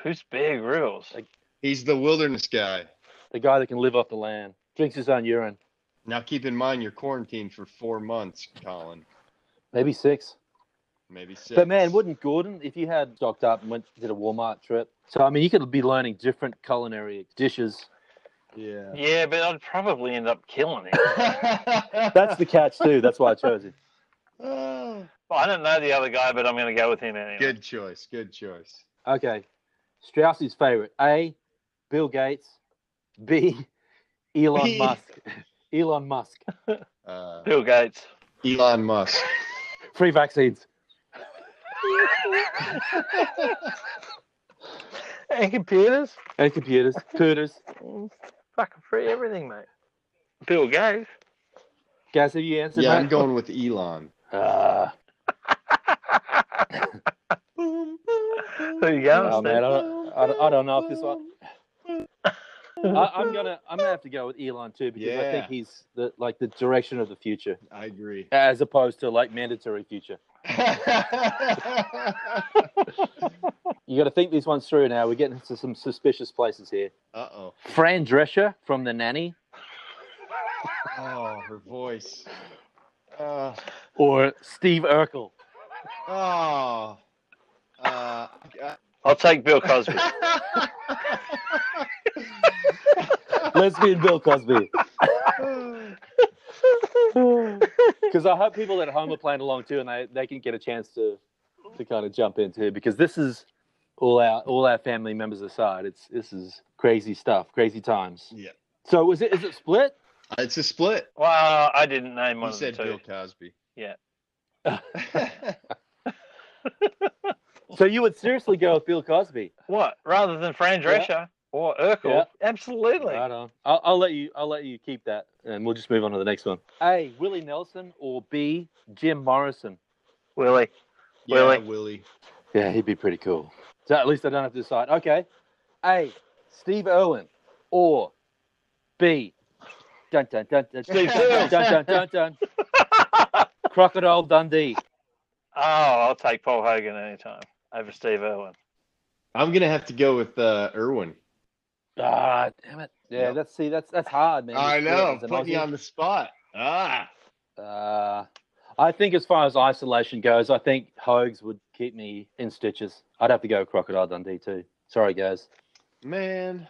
[SPEAKER 3] Who's Bear Grylls?
[SPEAKER 2] He's the wilderness guy.
[SPEAKER 4] the guy that can live off the land, drinks his own urine,
[SPEAKER 2] Now keep in mind you're quarantined for four months, Colin.
[SPEAKER 4] maybe six.
[SPEAKER 2] maybe six.
[SPEAKER 4] But man, wouldn't Gordon, if you had stocked up and went did a Walmart trip? So I mean, you could be learning different culinary dishes.
[SPEAKER 2] yeah.
[SPEAKER 3] Yeah, but I'd probably end up killing it.
[SPEAKER 4] That's the catch too. That's why I chose it.
[SPEAKER 2] Ah,
[SPEAKER 3] I don't know the other guy, but I'm going to go with him anyway.
[SPEAKER 2] good choice. Good choice.
[SPEAKER 4] Okay, Strauss's favorite: A. Bill Gates, B. Elon Musk. Elon Musk.
[SPEAKER 2] Uh,
[SPEAKER 3] Bill Gates.
[SPEAKER 2] Elon Musk.
[SPEAKER 4] Free vaccines.
[SPEAKER 3] and computers. Mm,
[SPEAKER 4] And computers, cooters.
[SPEAKER 3] Fucking free everything, mate. Bill Gates.
[SPEAKER 4] Guys, have you answered
[SPEAKER 2] yeah,
[SPEAKER 4] that?
[SPEAKER 2] I'm going with Elon.
[SPEAKER 4] Ah,
[SPEAKER 3] There you go.
[SPEAKER 4] oh, man, I don't, I, don't, I don't know if this one. I, I'm gonna, I'm gonna have to go with Elon too because I
[SPEAKER 2] Yeah.
[SPEAKER 4] think he's the like the direction of the future,
[SPEAKER 2] I agree.
[SPEAKER 4] as opposed to like mandatory future.
[SPEAKER 2] uh
[SPEAKER 4] You got to think these ones through now. We're getting into some suspicious places here.
[SPEAKER 2] oh.
[SPEAKER 4] Fran Drescher from The Nanny,
[SPEAKER 2] Oh, her voice. Uh,
[SPEAKER 4] or Steve Urkel.
[SPEAKER 2] oh. Uh,
[SPEAKER 3] I'll take Bill Cosby.
[SPEAKER 4] Lesbian Bill Cosby. Because I hope people at home are playing along too, and they, they can get a chance to to kind of jump in too. Because this is all our all our family members aside. It's this is crazy stuff, crazy times.
[SPEAKER 2] Yeah.
[SPEAKER 4] So was it is it split?
[SPEAKER 2] it's a split.
[SPEAKER 3] well, I didn't name one
[SPEAKER 2] You
[SPEAKER 3] of the
[SPEAKER 2] said
[SPEAKER 3] two.
[SPEAKER 2] Bill Cosby.
[SPEAKER 3] Yeah.
[SPEAKER 4] So you would seriously go with Bill Cosby?
[SPEAKER 3] What? Rather than Fran Drescher or Urkel?
[SPEAKER 4] Yeah.
[SPEAKER 3] Absolutely.
[SPEAKER 4] Right on. I'll, I'll let you I'll let you keep that, and we'll just move on to the next one. A Willie Nelson or B Jim Morrison.
[SPEAKER 3] Willie.
[SPEAKER 2] yeah,
[SPEAKER 3] Willie.
[SPEAKER 2] Willie.
[SPEAKER 4] Yeah, he'd be pretty cool. So at least I don't have to decide. Okay. A. Steve Irwin or B. Dun dun dun dun.
[SPEAKER 3] Steve
[SPEAKER 4] dun,
[SPEAKER 3] Irwin.
[SPEAKER 4] dun, dun, dun, dun. Crocodile Dundee.
[SPEAKER 3] Oh, I'll take Paul Hogan anytime over Steve Irwin.
[SPEAKER 2] I'm gonna have to go with uh, Irwin.
[SPEAKER 4] Ah, damn it. Yeah,
[SPEAKER 2] Yep.
[SPEAKER 4] that's see, that's that's hard, man.
[SPEAKER 2] I
[SPEAKER 4] It's
[SPEAKER 2] know.
[SPEAKER 4] weird. It's an
[SPEAKER 2] Put you
[SPEAKER 4] Aussie.
[SPEAKER 2] on the spot. Ah.
[SPEAKER 4] Uh, I think as far as isolation goes, I think Hogs would keep me in stitches. I'd have to go Crocodile Dundee too. Sorry, guys.
[SPEAKER 2] Man,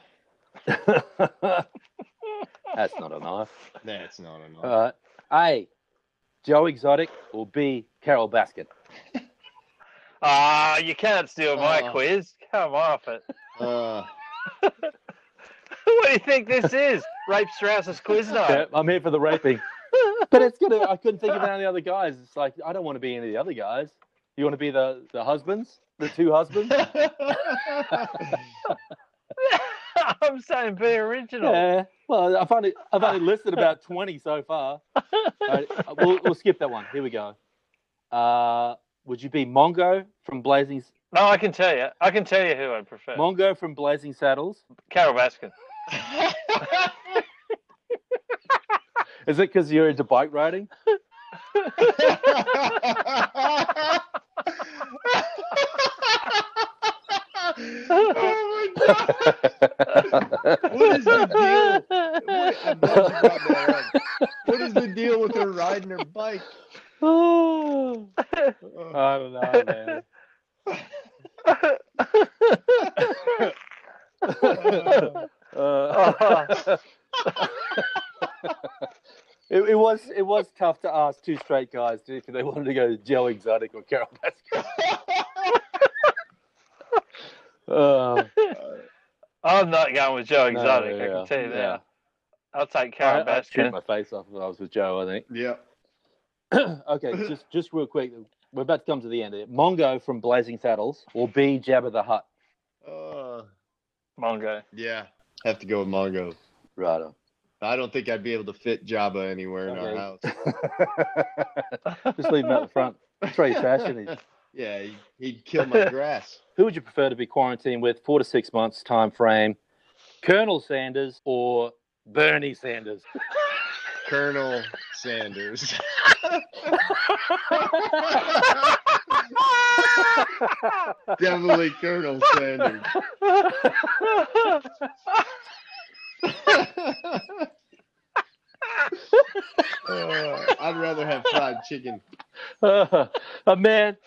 [SPEAKER 4] that's not a knife.
[SPEAKER 2] that's not enough.
[SPEAKER 4] Uh, A. Joe Exotic or B. Carol Baskin.
[SPEAKER 3] Ah, you can't steal my
[SPEAKER 2] Oh.
[SPEAKER 3] quiz. Come off it.
[SPEAKER 2] Uh,
[SPEAKER 3] what do you think this is? Rape Strauss's quiz
[SPEAKER 4] Yeah,
[SPEAKER 3] night.
[SPEAKER 4] I'm here for the raping. but it's gonna. I couldn't think of any other guys. It's like I don't want to be any of the other guys. You want to be the the husbands, the two husbands.
[SPEAKER 2] Uh.
[SPEAKER 3] I'm saying be original.
[SPEAKER 4] yeah. Well, I've only I've only listed about twenty so far. All right, we'll, we'll skip that one. Here we go. Uh, would you be Mongo from Blazing
[SPEAKER 3] No, Oh, I can tell you. I can tell you who I prefer.
[SPEAKER 4] Mongo from Blazing Saddles?
[SPEAKER 3] Carol Baskin.
[SPEAKER 4] Is it because you're into bike riding?
[SPEAKER 2] oh my god. What is the deal? What, I'm glad you brought that up. What is the deal with her riding her bike?
[SPEAKER 4] Oh,
[SPEAKER 2] Oh,
[SPEAKER 4] I don't know, man. Uh, it, it was it was tough to ask two straight guys too, if they wanted to go to Joe Exotic or Carol Baskin. Uh,
[SPEAKER 3] I'm not going with Joe
[SPEAKER 4] no,
[SPEAKER 3] Exotic. I
[SPEAKER 4] yeah,
[SPEAKER 3] can tell you that.
[SPEAKER 4] yeah.
[SPEAKER 3] I'll take Carol
[SPEAKER 4] I, I'd shoot
[SPEAKER 3] Baskin.
[SPEAKER 4] my face off if I was with Joe. I think.
[SPEAKER 2] yeah.
[SPEAKER 4] okay, just just real quick, we're about to come to the end. Here. Mongo from Blazing Saddles or B Jabba the Hutt.
[SPEAKER 2] Uh,
[SPEAKER 3] Mongo.
[SPEAKER 2] yeah. Have to go with Mongo.
[SPEAKER 4] Right
[SPEAKER 2] I don't think I'd be able to fit Jabba anywhere in our
[SPEAKER 4] Okay.
[SPEAKER 2] house.
[SPEAKER 4] just leave him out the front. Trade fashion. is-
[SPEAKER 2] Yeah, he- he'd kill my grass.
[SPEAKER 4] Who would you prefer to be quarantined with? Four to six months time frame. Colonel Sanders or Bernie Sanders.
[SPEAKER 2] Colonel Sanders. Definitely Colonel Sanders. Uh, I'd rather have fried chicken.
[SPEAKER 4] a man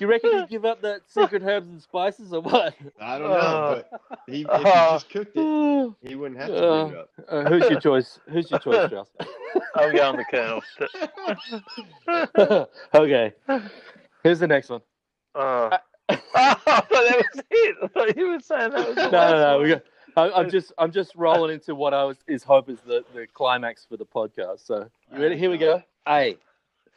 [SPEAKER 4] you reckon you give up that secret herbs and spices or what?
[SPEAKER 2] I don't
[SPEAKER 3] Uh.
[SPEAKER 2] know, but he, if he just cooked it,
[SPEAKER 4] Uh,
[SPEAKER 2] he wouldn't have to clean it up.
[SPEAKER 4] who's your choice? Who's your choice, Charles?
[SPEAKER 3] I'm going the Colonel.
[SPEAKER 4] okay. Here's the next one.
[SPEAKER 3] Oh. oh, I thought that was it. I thought you were saying that was the
[SPEAKER 4] No,
[SPEAKER 3] last
[SPEAKER 4] no, no.
[SPEAKER 3] one.
[SPEAKER 4] We got, I, I'm just, I'm just rolling into what I was is hope is the, the climax for the podcast. So you ready? Here we go. A.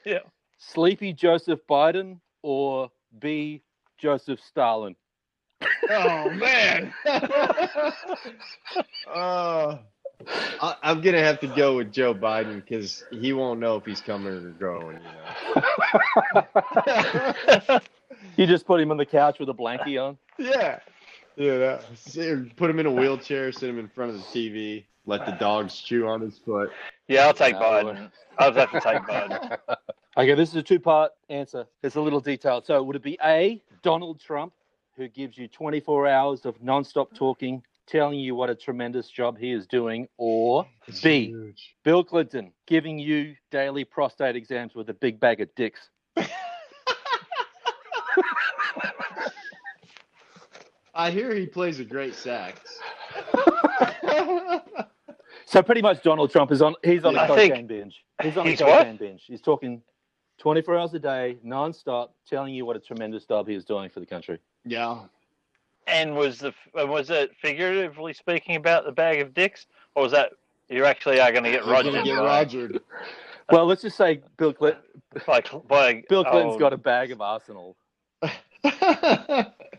[SPEAKER 3] Yeah.
[SPEAKER 4] Sleepy Joseph Biden or B. Joseph Stalin.
[SPEAKER 2] Oh man. uh, I, I'm gonna have to go with Joe Biden because he won't know if he's coming or going. You know.
[SPEAKER 4] You just put him on the couch with a blankie on.
[SPEAKER 2] yeah. You know, sit- uh, put him in a wheelchair, sit him in front of the TV, let the dogs chew on his foot.
[SPEAKER 3] Yeah, I'll take
[SPEAKER 4] No.
[SPEAKER 3] Biden. I'll have to take Biden.
[SPEAKER 4] Okay, this is a two part answer. It's a little detailed. So, would it be A, Donald Trump, who gives you 24 hours of nonstop talking, telling you what a tremendous job he is doing, or B,
[SPEAKER 2] Huge.
[SPEAKER 4] Bill Clinton, giving you daily prostate exams with a big bag of dicks?
[SPEAKER 2] I hear he plays a great sax.
[SPEAKER 4] So, pretty much, Donald Trump is on, he's on
[SPEAKER 3] I
[SPEAKER 4] a cocaine
[SPEAKER 3] think-
[SPEAKER 4] binge. He's on
[SPEAKER 3] He's
[SPEAKER 4] a
[SPEAKER 3] what?
[SPEAKER 4] cocaine binge. He's talking 24 hours a day, nonstop, telling you what a tremendous job he is doing for the country.
[SPEAKER 2] yeah.
[SPEAKER 3] And was the and was it figuratively speaking about the bag of dicks, or was that you actually are going to get
[SPEAKER 2] You're gonna
[SPEAKER 3] Roger
[SPEAKER 2] get
[SPEAKER 3] by,
[SPEAKER 2] Rogered.
[SPEAKER 4] Well, let's just say Bill, Clin-
[SPEAKER 3] by, by
[SPEAKER 4] Bill Clinton's
[SPEAKER 3] oh,
[SPEAKER 4] got a bag of arsenal. but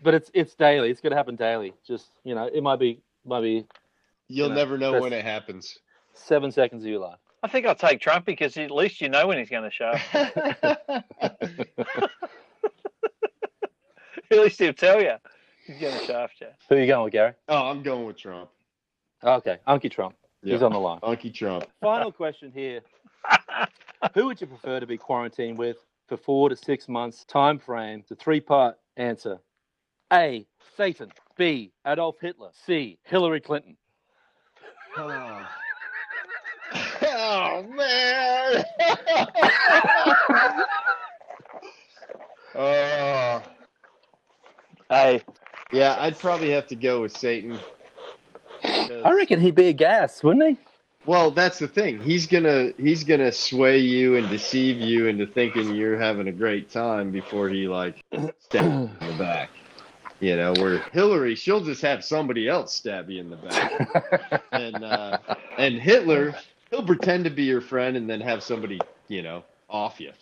[SPEAKER 4] it's it's daily. It's going to happen daily. Just you know, it might be might be
[SPEAKER 2] You'll
[SPEAKER 4] know,
[SPEAKER 2] never know
[SPEAKER 4] that's-
[SPEAKER 2] when it happens.
[SPEAKER 4] seven seconds of your life.
[SPEAKER 3] I think I'll take Trump because at least you know when he's going to show. up. at least he'll tell you he's going to shaft you.
[SPEAKER 4] Who are you going with, Gary?
[SPEAKER 2] Oh, I'm going with Trump.
[SPEAKER 4] Okay, Unky Trump. He's
[SPEAKER 2] Yeah.
[SPEAKER 4] on the line.
[SPEAKER 2] Unky Trump.
[SPEAKER 4] Final question here: Who would you prefer to be quarantined with for four to six months time frame? The three part answer: A. Satan. B. Adolf Hitler. C. Hillary Clinton.
[SPEAKER 2] Oh, man. oh.
[SPEAKER 3] Hey,
[SPEAKER 2] Yeah, I'd probably have to go with Satan. 'Cause-
[SPEAKER 4] I reckon he'd be a gas, wouldn't he?
[SPEAKER 2] Well, that's the thing. He's gonna he's gonna sway you and deceive you into thinking you're having a great time before he like stabs you in the back. You know, where Hillary, she'll just have somebody else stab you in the back, and uh, and Hitler, he'll pretend to be your friend and then have somebody, you know, off you.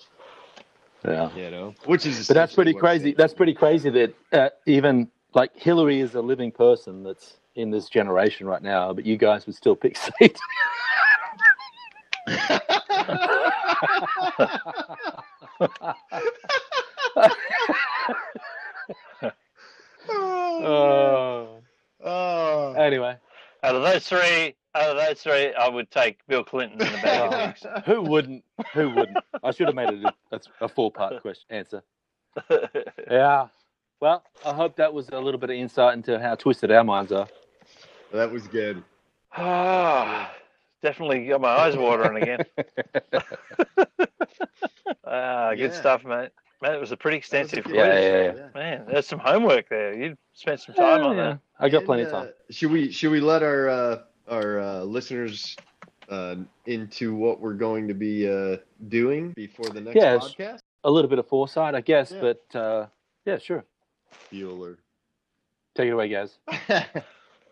[SPEAKER 4] Yeah.
[SPEAKER 2] You know, which is
[SPEAKER 4] But that's pretty
[SPEAKER 2] essentially what
[SPEAKER 4] crazy.
[SPEAKER 2] it is.
[SPEAKER 4] That's pretty crazy that uh, even like Hillary is a living person that's in this generation right now, but you guys would still pick Satan.
[SPEAKER 2] Oh,
[SPEAKER 4] Oh.
[SPEAKER 2] oh.
[SPEAKER 4] Anyway,
[SPEAKER 3] out of those three, out of those three, I would take Bill Clinton in the bag of dicks.
[SPEAKER 4] who wouldn't? Who wouldn't? I should have made it a, that's a four-part question answer. Yeah. Well, I hope that was a little bit of insight into how twisted our minds are.
[SPEAKER 2] that was good.
[SPEAKER 3] Ah, definitely got my eyes watering again. ah, good
[SPEAKER 2] Yeah.
[SPEAKER 3] stuff, mate. Man, it was a pretty
[SPEAKER 2] That was
[SPEAKER 3] extensive
[SPEAKER 2] good.
[SPEAKER 3] quiz.
[SPEAKER 4] Yeah, yeah, yeah.
[SPEAKER 3] Man, there's some homework there. You spent some time on that.
[SPEAKER 4] I got
[SPEAKER 2] And,
[SPEAKER 4] plenty of
[SPEAKER 2] uh,
[SPEAKER 4] time.
[SPEAKER 2] should we should we let our uh, our uh, listeners uh, into what we're going to be uh, doing before the next
[SPEAKER 4] Yes.
[SPEAKER 2] podcast?
[SPEAKER 4] A little bit of foresight, I guess,
[SPEAKER 2] Yeah.
[SPEAKER 4] but uh, yeah, sure.
[SPEAKER 2] Bueller.
[SPEAKER 4] Take it away, guys.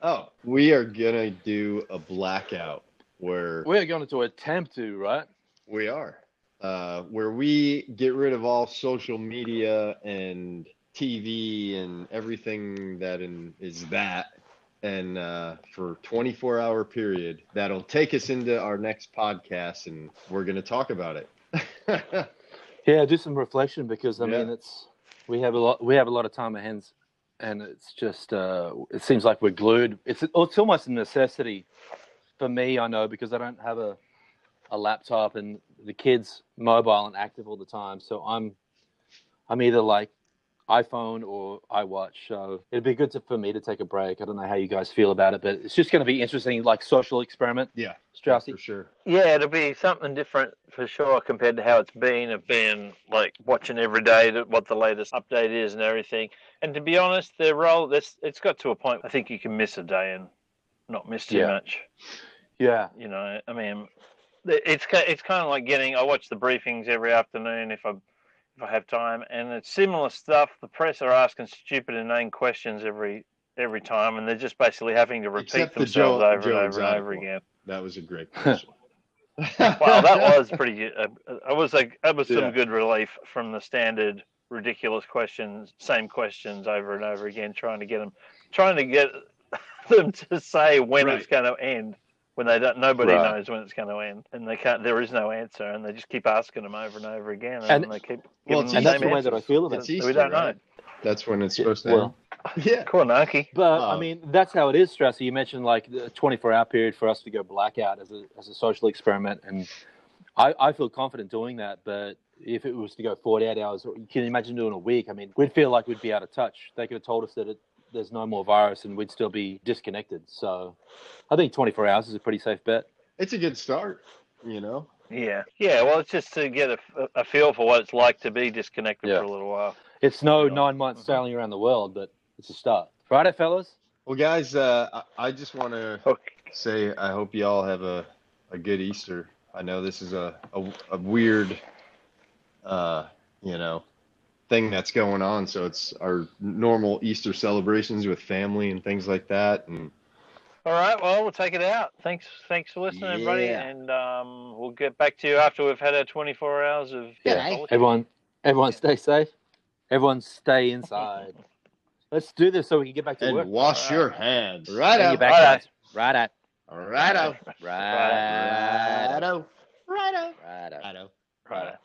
[SPEAKER 2] oh, we are gonna do a blackout where
[SPEAKER 4] We're going to attempt to, right?
[SPEAKER 2] we are, uh, where we get rid of all social media and TV and everything that in, is that. And uh, for 24 hour period, that'll take us into our next podcast, and we're gonna talk about it.
[SPEAKER 4] Yeah, do some reflection because I
[SPEAKER 2] Yeah.
[SPEAKER 4] mean it's we have a lot we have a lot of time ahead, and it's just uh, it seems like we're glued. It's it's almost a necessity for me, I know, because I don't have a a laptop and the kids mobile and active all the time. So I'm I'm either like iPhone or iWatch. So it'd be good to, for me to take a break. I don't know how you guys feel about it, but it's just going to be interesting, like social experiment.
[SPEAKER 2] Yeah,
[SPEAKER 4] Straussy.
[SPEAKER 2] for sure.
[SPEAKER 3] Yeah, it'll be something different for sure compared to how it's been of being like watching every day that what the latest update is and everything. And to be honest, their role this it's got to a point I think you can miss a day and not miss too
[SPEAKER 4] Yeah.
[SPEAKER 3] much.
[SPEAKER 4] Yeah,
[SPEAKER 3] You know, I mean, it's ki- it's kind of like getting. I watch the briefings every afternoon if I if I have time, and it's similar stuff. The press are asking stupid and inane questions every every time, and they're just basically having to repeat
[SPEAKER 2] Except the
[SPEAKER 3] themselves
[SPEAKER 2] Joe-
[SPEAKER 3] over
[SPEAKER 2] Joe
[SPEAKER 3] and over and
[SPEAKER 2] Exotic
[SPEAKER 3] over
[SPEAKER 2] one.
[SPEAKER 3] again.
[SPEAKER 2] That was a great question.
[SPEAKER 3] Wow, that was pretty. Uh, I was like, that was some
[SPEAKER 2] Yeah.
[SPEAKER 3] good relief from the standard ridiculous questions, same questions over and over again, trying to get them, trying to get them to say when it's going to end. When they don't, nobody
[SPEAKER 4] Right.
[SPEAKER 3] knows when it's going to end, and they can't. There is no answer, and they just keep asking them over and over again, and,
[SPEAKER 4] And-
[SPEAKER 3] they keep.
[SPEAKER 2] Well,
[SPEAKER 3] giving
[SPEAKER 2] it's
[SPEAKER 3] them
[SPEAKER 4] and that's
[SPEAKER 3] same
[SPEAKER 4] the way that I feel about
[SPEAKER 2] It's
[SPEAKER 4] it.
[SPEAKER 3] answers.
[SPEAKER 2] Easter,
[SPEAKER 3] we don't
[SPEAKER 2] right? That's when it's supposed to.
[SPEAKER 4] Well,
[SPEAKER 2] end. yeah.
[SPEAKER 3] know. Cornaki.
[SPEAKER 4] But
[SPEAKER 2] Oh.
[SPEAKER 4] I mean, that's how it is, Strasser. You mentioned like the 24 hour period for us to go blackout as a, as a social experiment. And I, I feel confident doing that. But if it was to go 48 hours, or- can you imagine doing a week? I mean, we'd feel like we'd be out of touch. They could have told us that it, there's no more virus and we'd still be disconnected. So I think 24 hours is a pretty safe bet.
[SPEAKER 2] It's a good start, you know.
[SPEAKER 3] Yeah, yeah. Well, it's just to get a, a feel for what it's like to be disconnected
[SPEAKER 4] Yeah.
[SPEAKER 3] for a little while.
[SPEAKER 4] It's no
[SPEAKER 3] Yeah.
[SPEAKER 4] nine months sailing around the world, but it's a start. Righto, fellas?
[SPEAKER 2] Well, guys, uh, I, I just want to
[SPEAKER 3] Okay.
[SPEAKER 2] say I hope you all have a, a good Easter. I know this is a, a, a weird, uh, you know, thing that's going on. So it's our normal Easter celebrations with family and things like that. And
[SPEAKER 3] All right, well, we'll take it out. Thanks, thanks for listening, everybody,
[SPEAKER 2] Yeah.
[SPEAKER 3] and um, we'll get back to you after we've had our 24 hours of.
[SPEAKER 4] Yeah. Everyone, everyone stay safe. Everyone stay inside. Let's do this so we can get back to work.
[SPEAKER 2] and wash your hands. Right
[SPEAKER 4] Bring
[SPEAKER 2] out.
[SPEAKER 4] it back,
[SPEAKER 3] Righto.
[SPEAKER 4] guys. Righto.
[SPEAKER 2] Right out.
[SPEAKER 4] Righto.
[SPEAKER 2] Right out.
[SPEAKER 4] Righto.
[SPEAKER 2] Right out.
[SPEAKER 3] Right.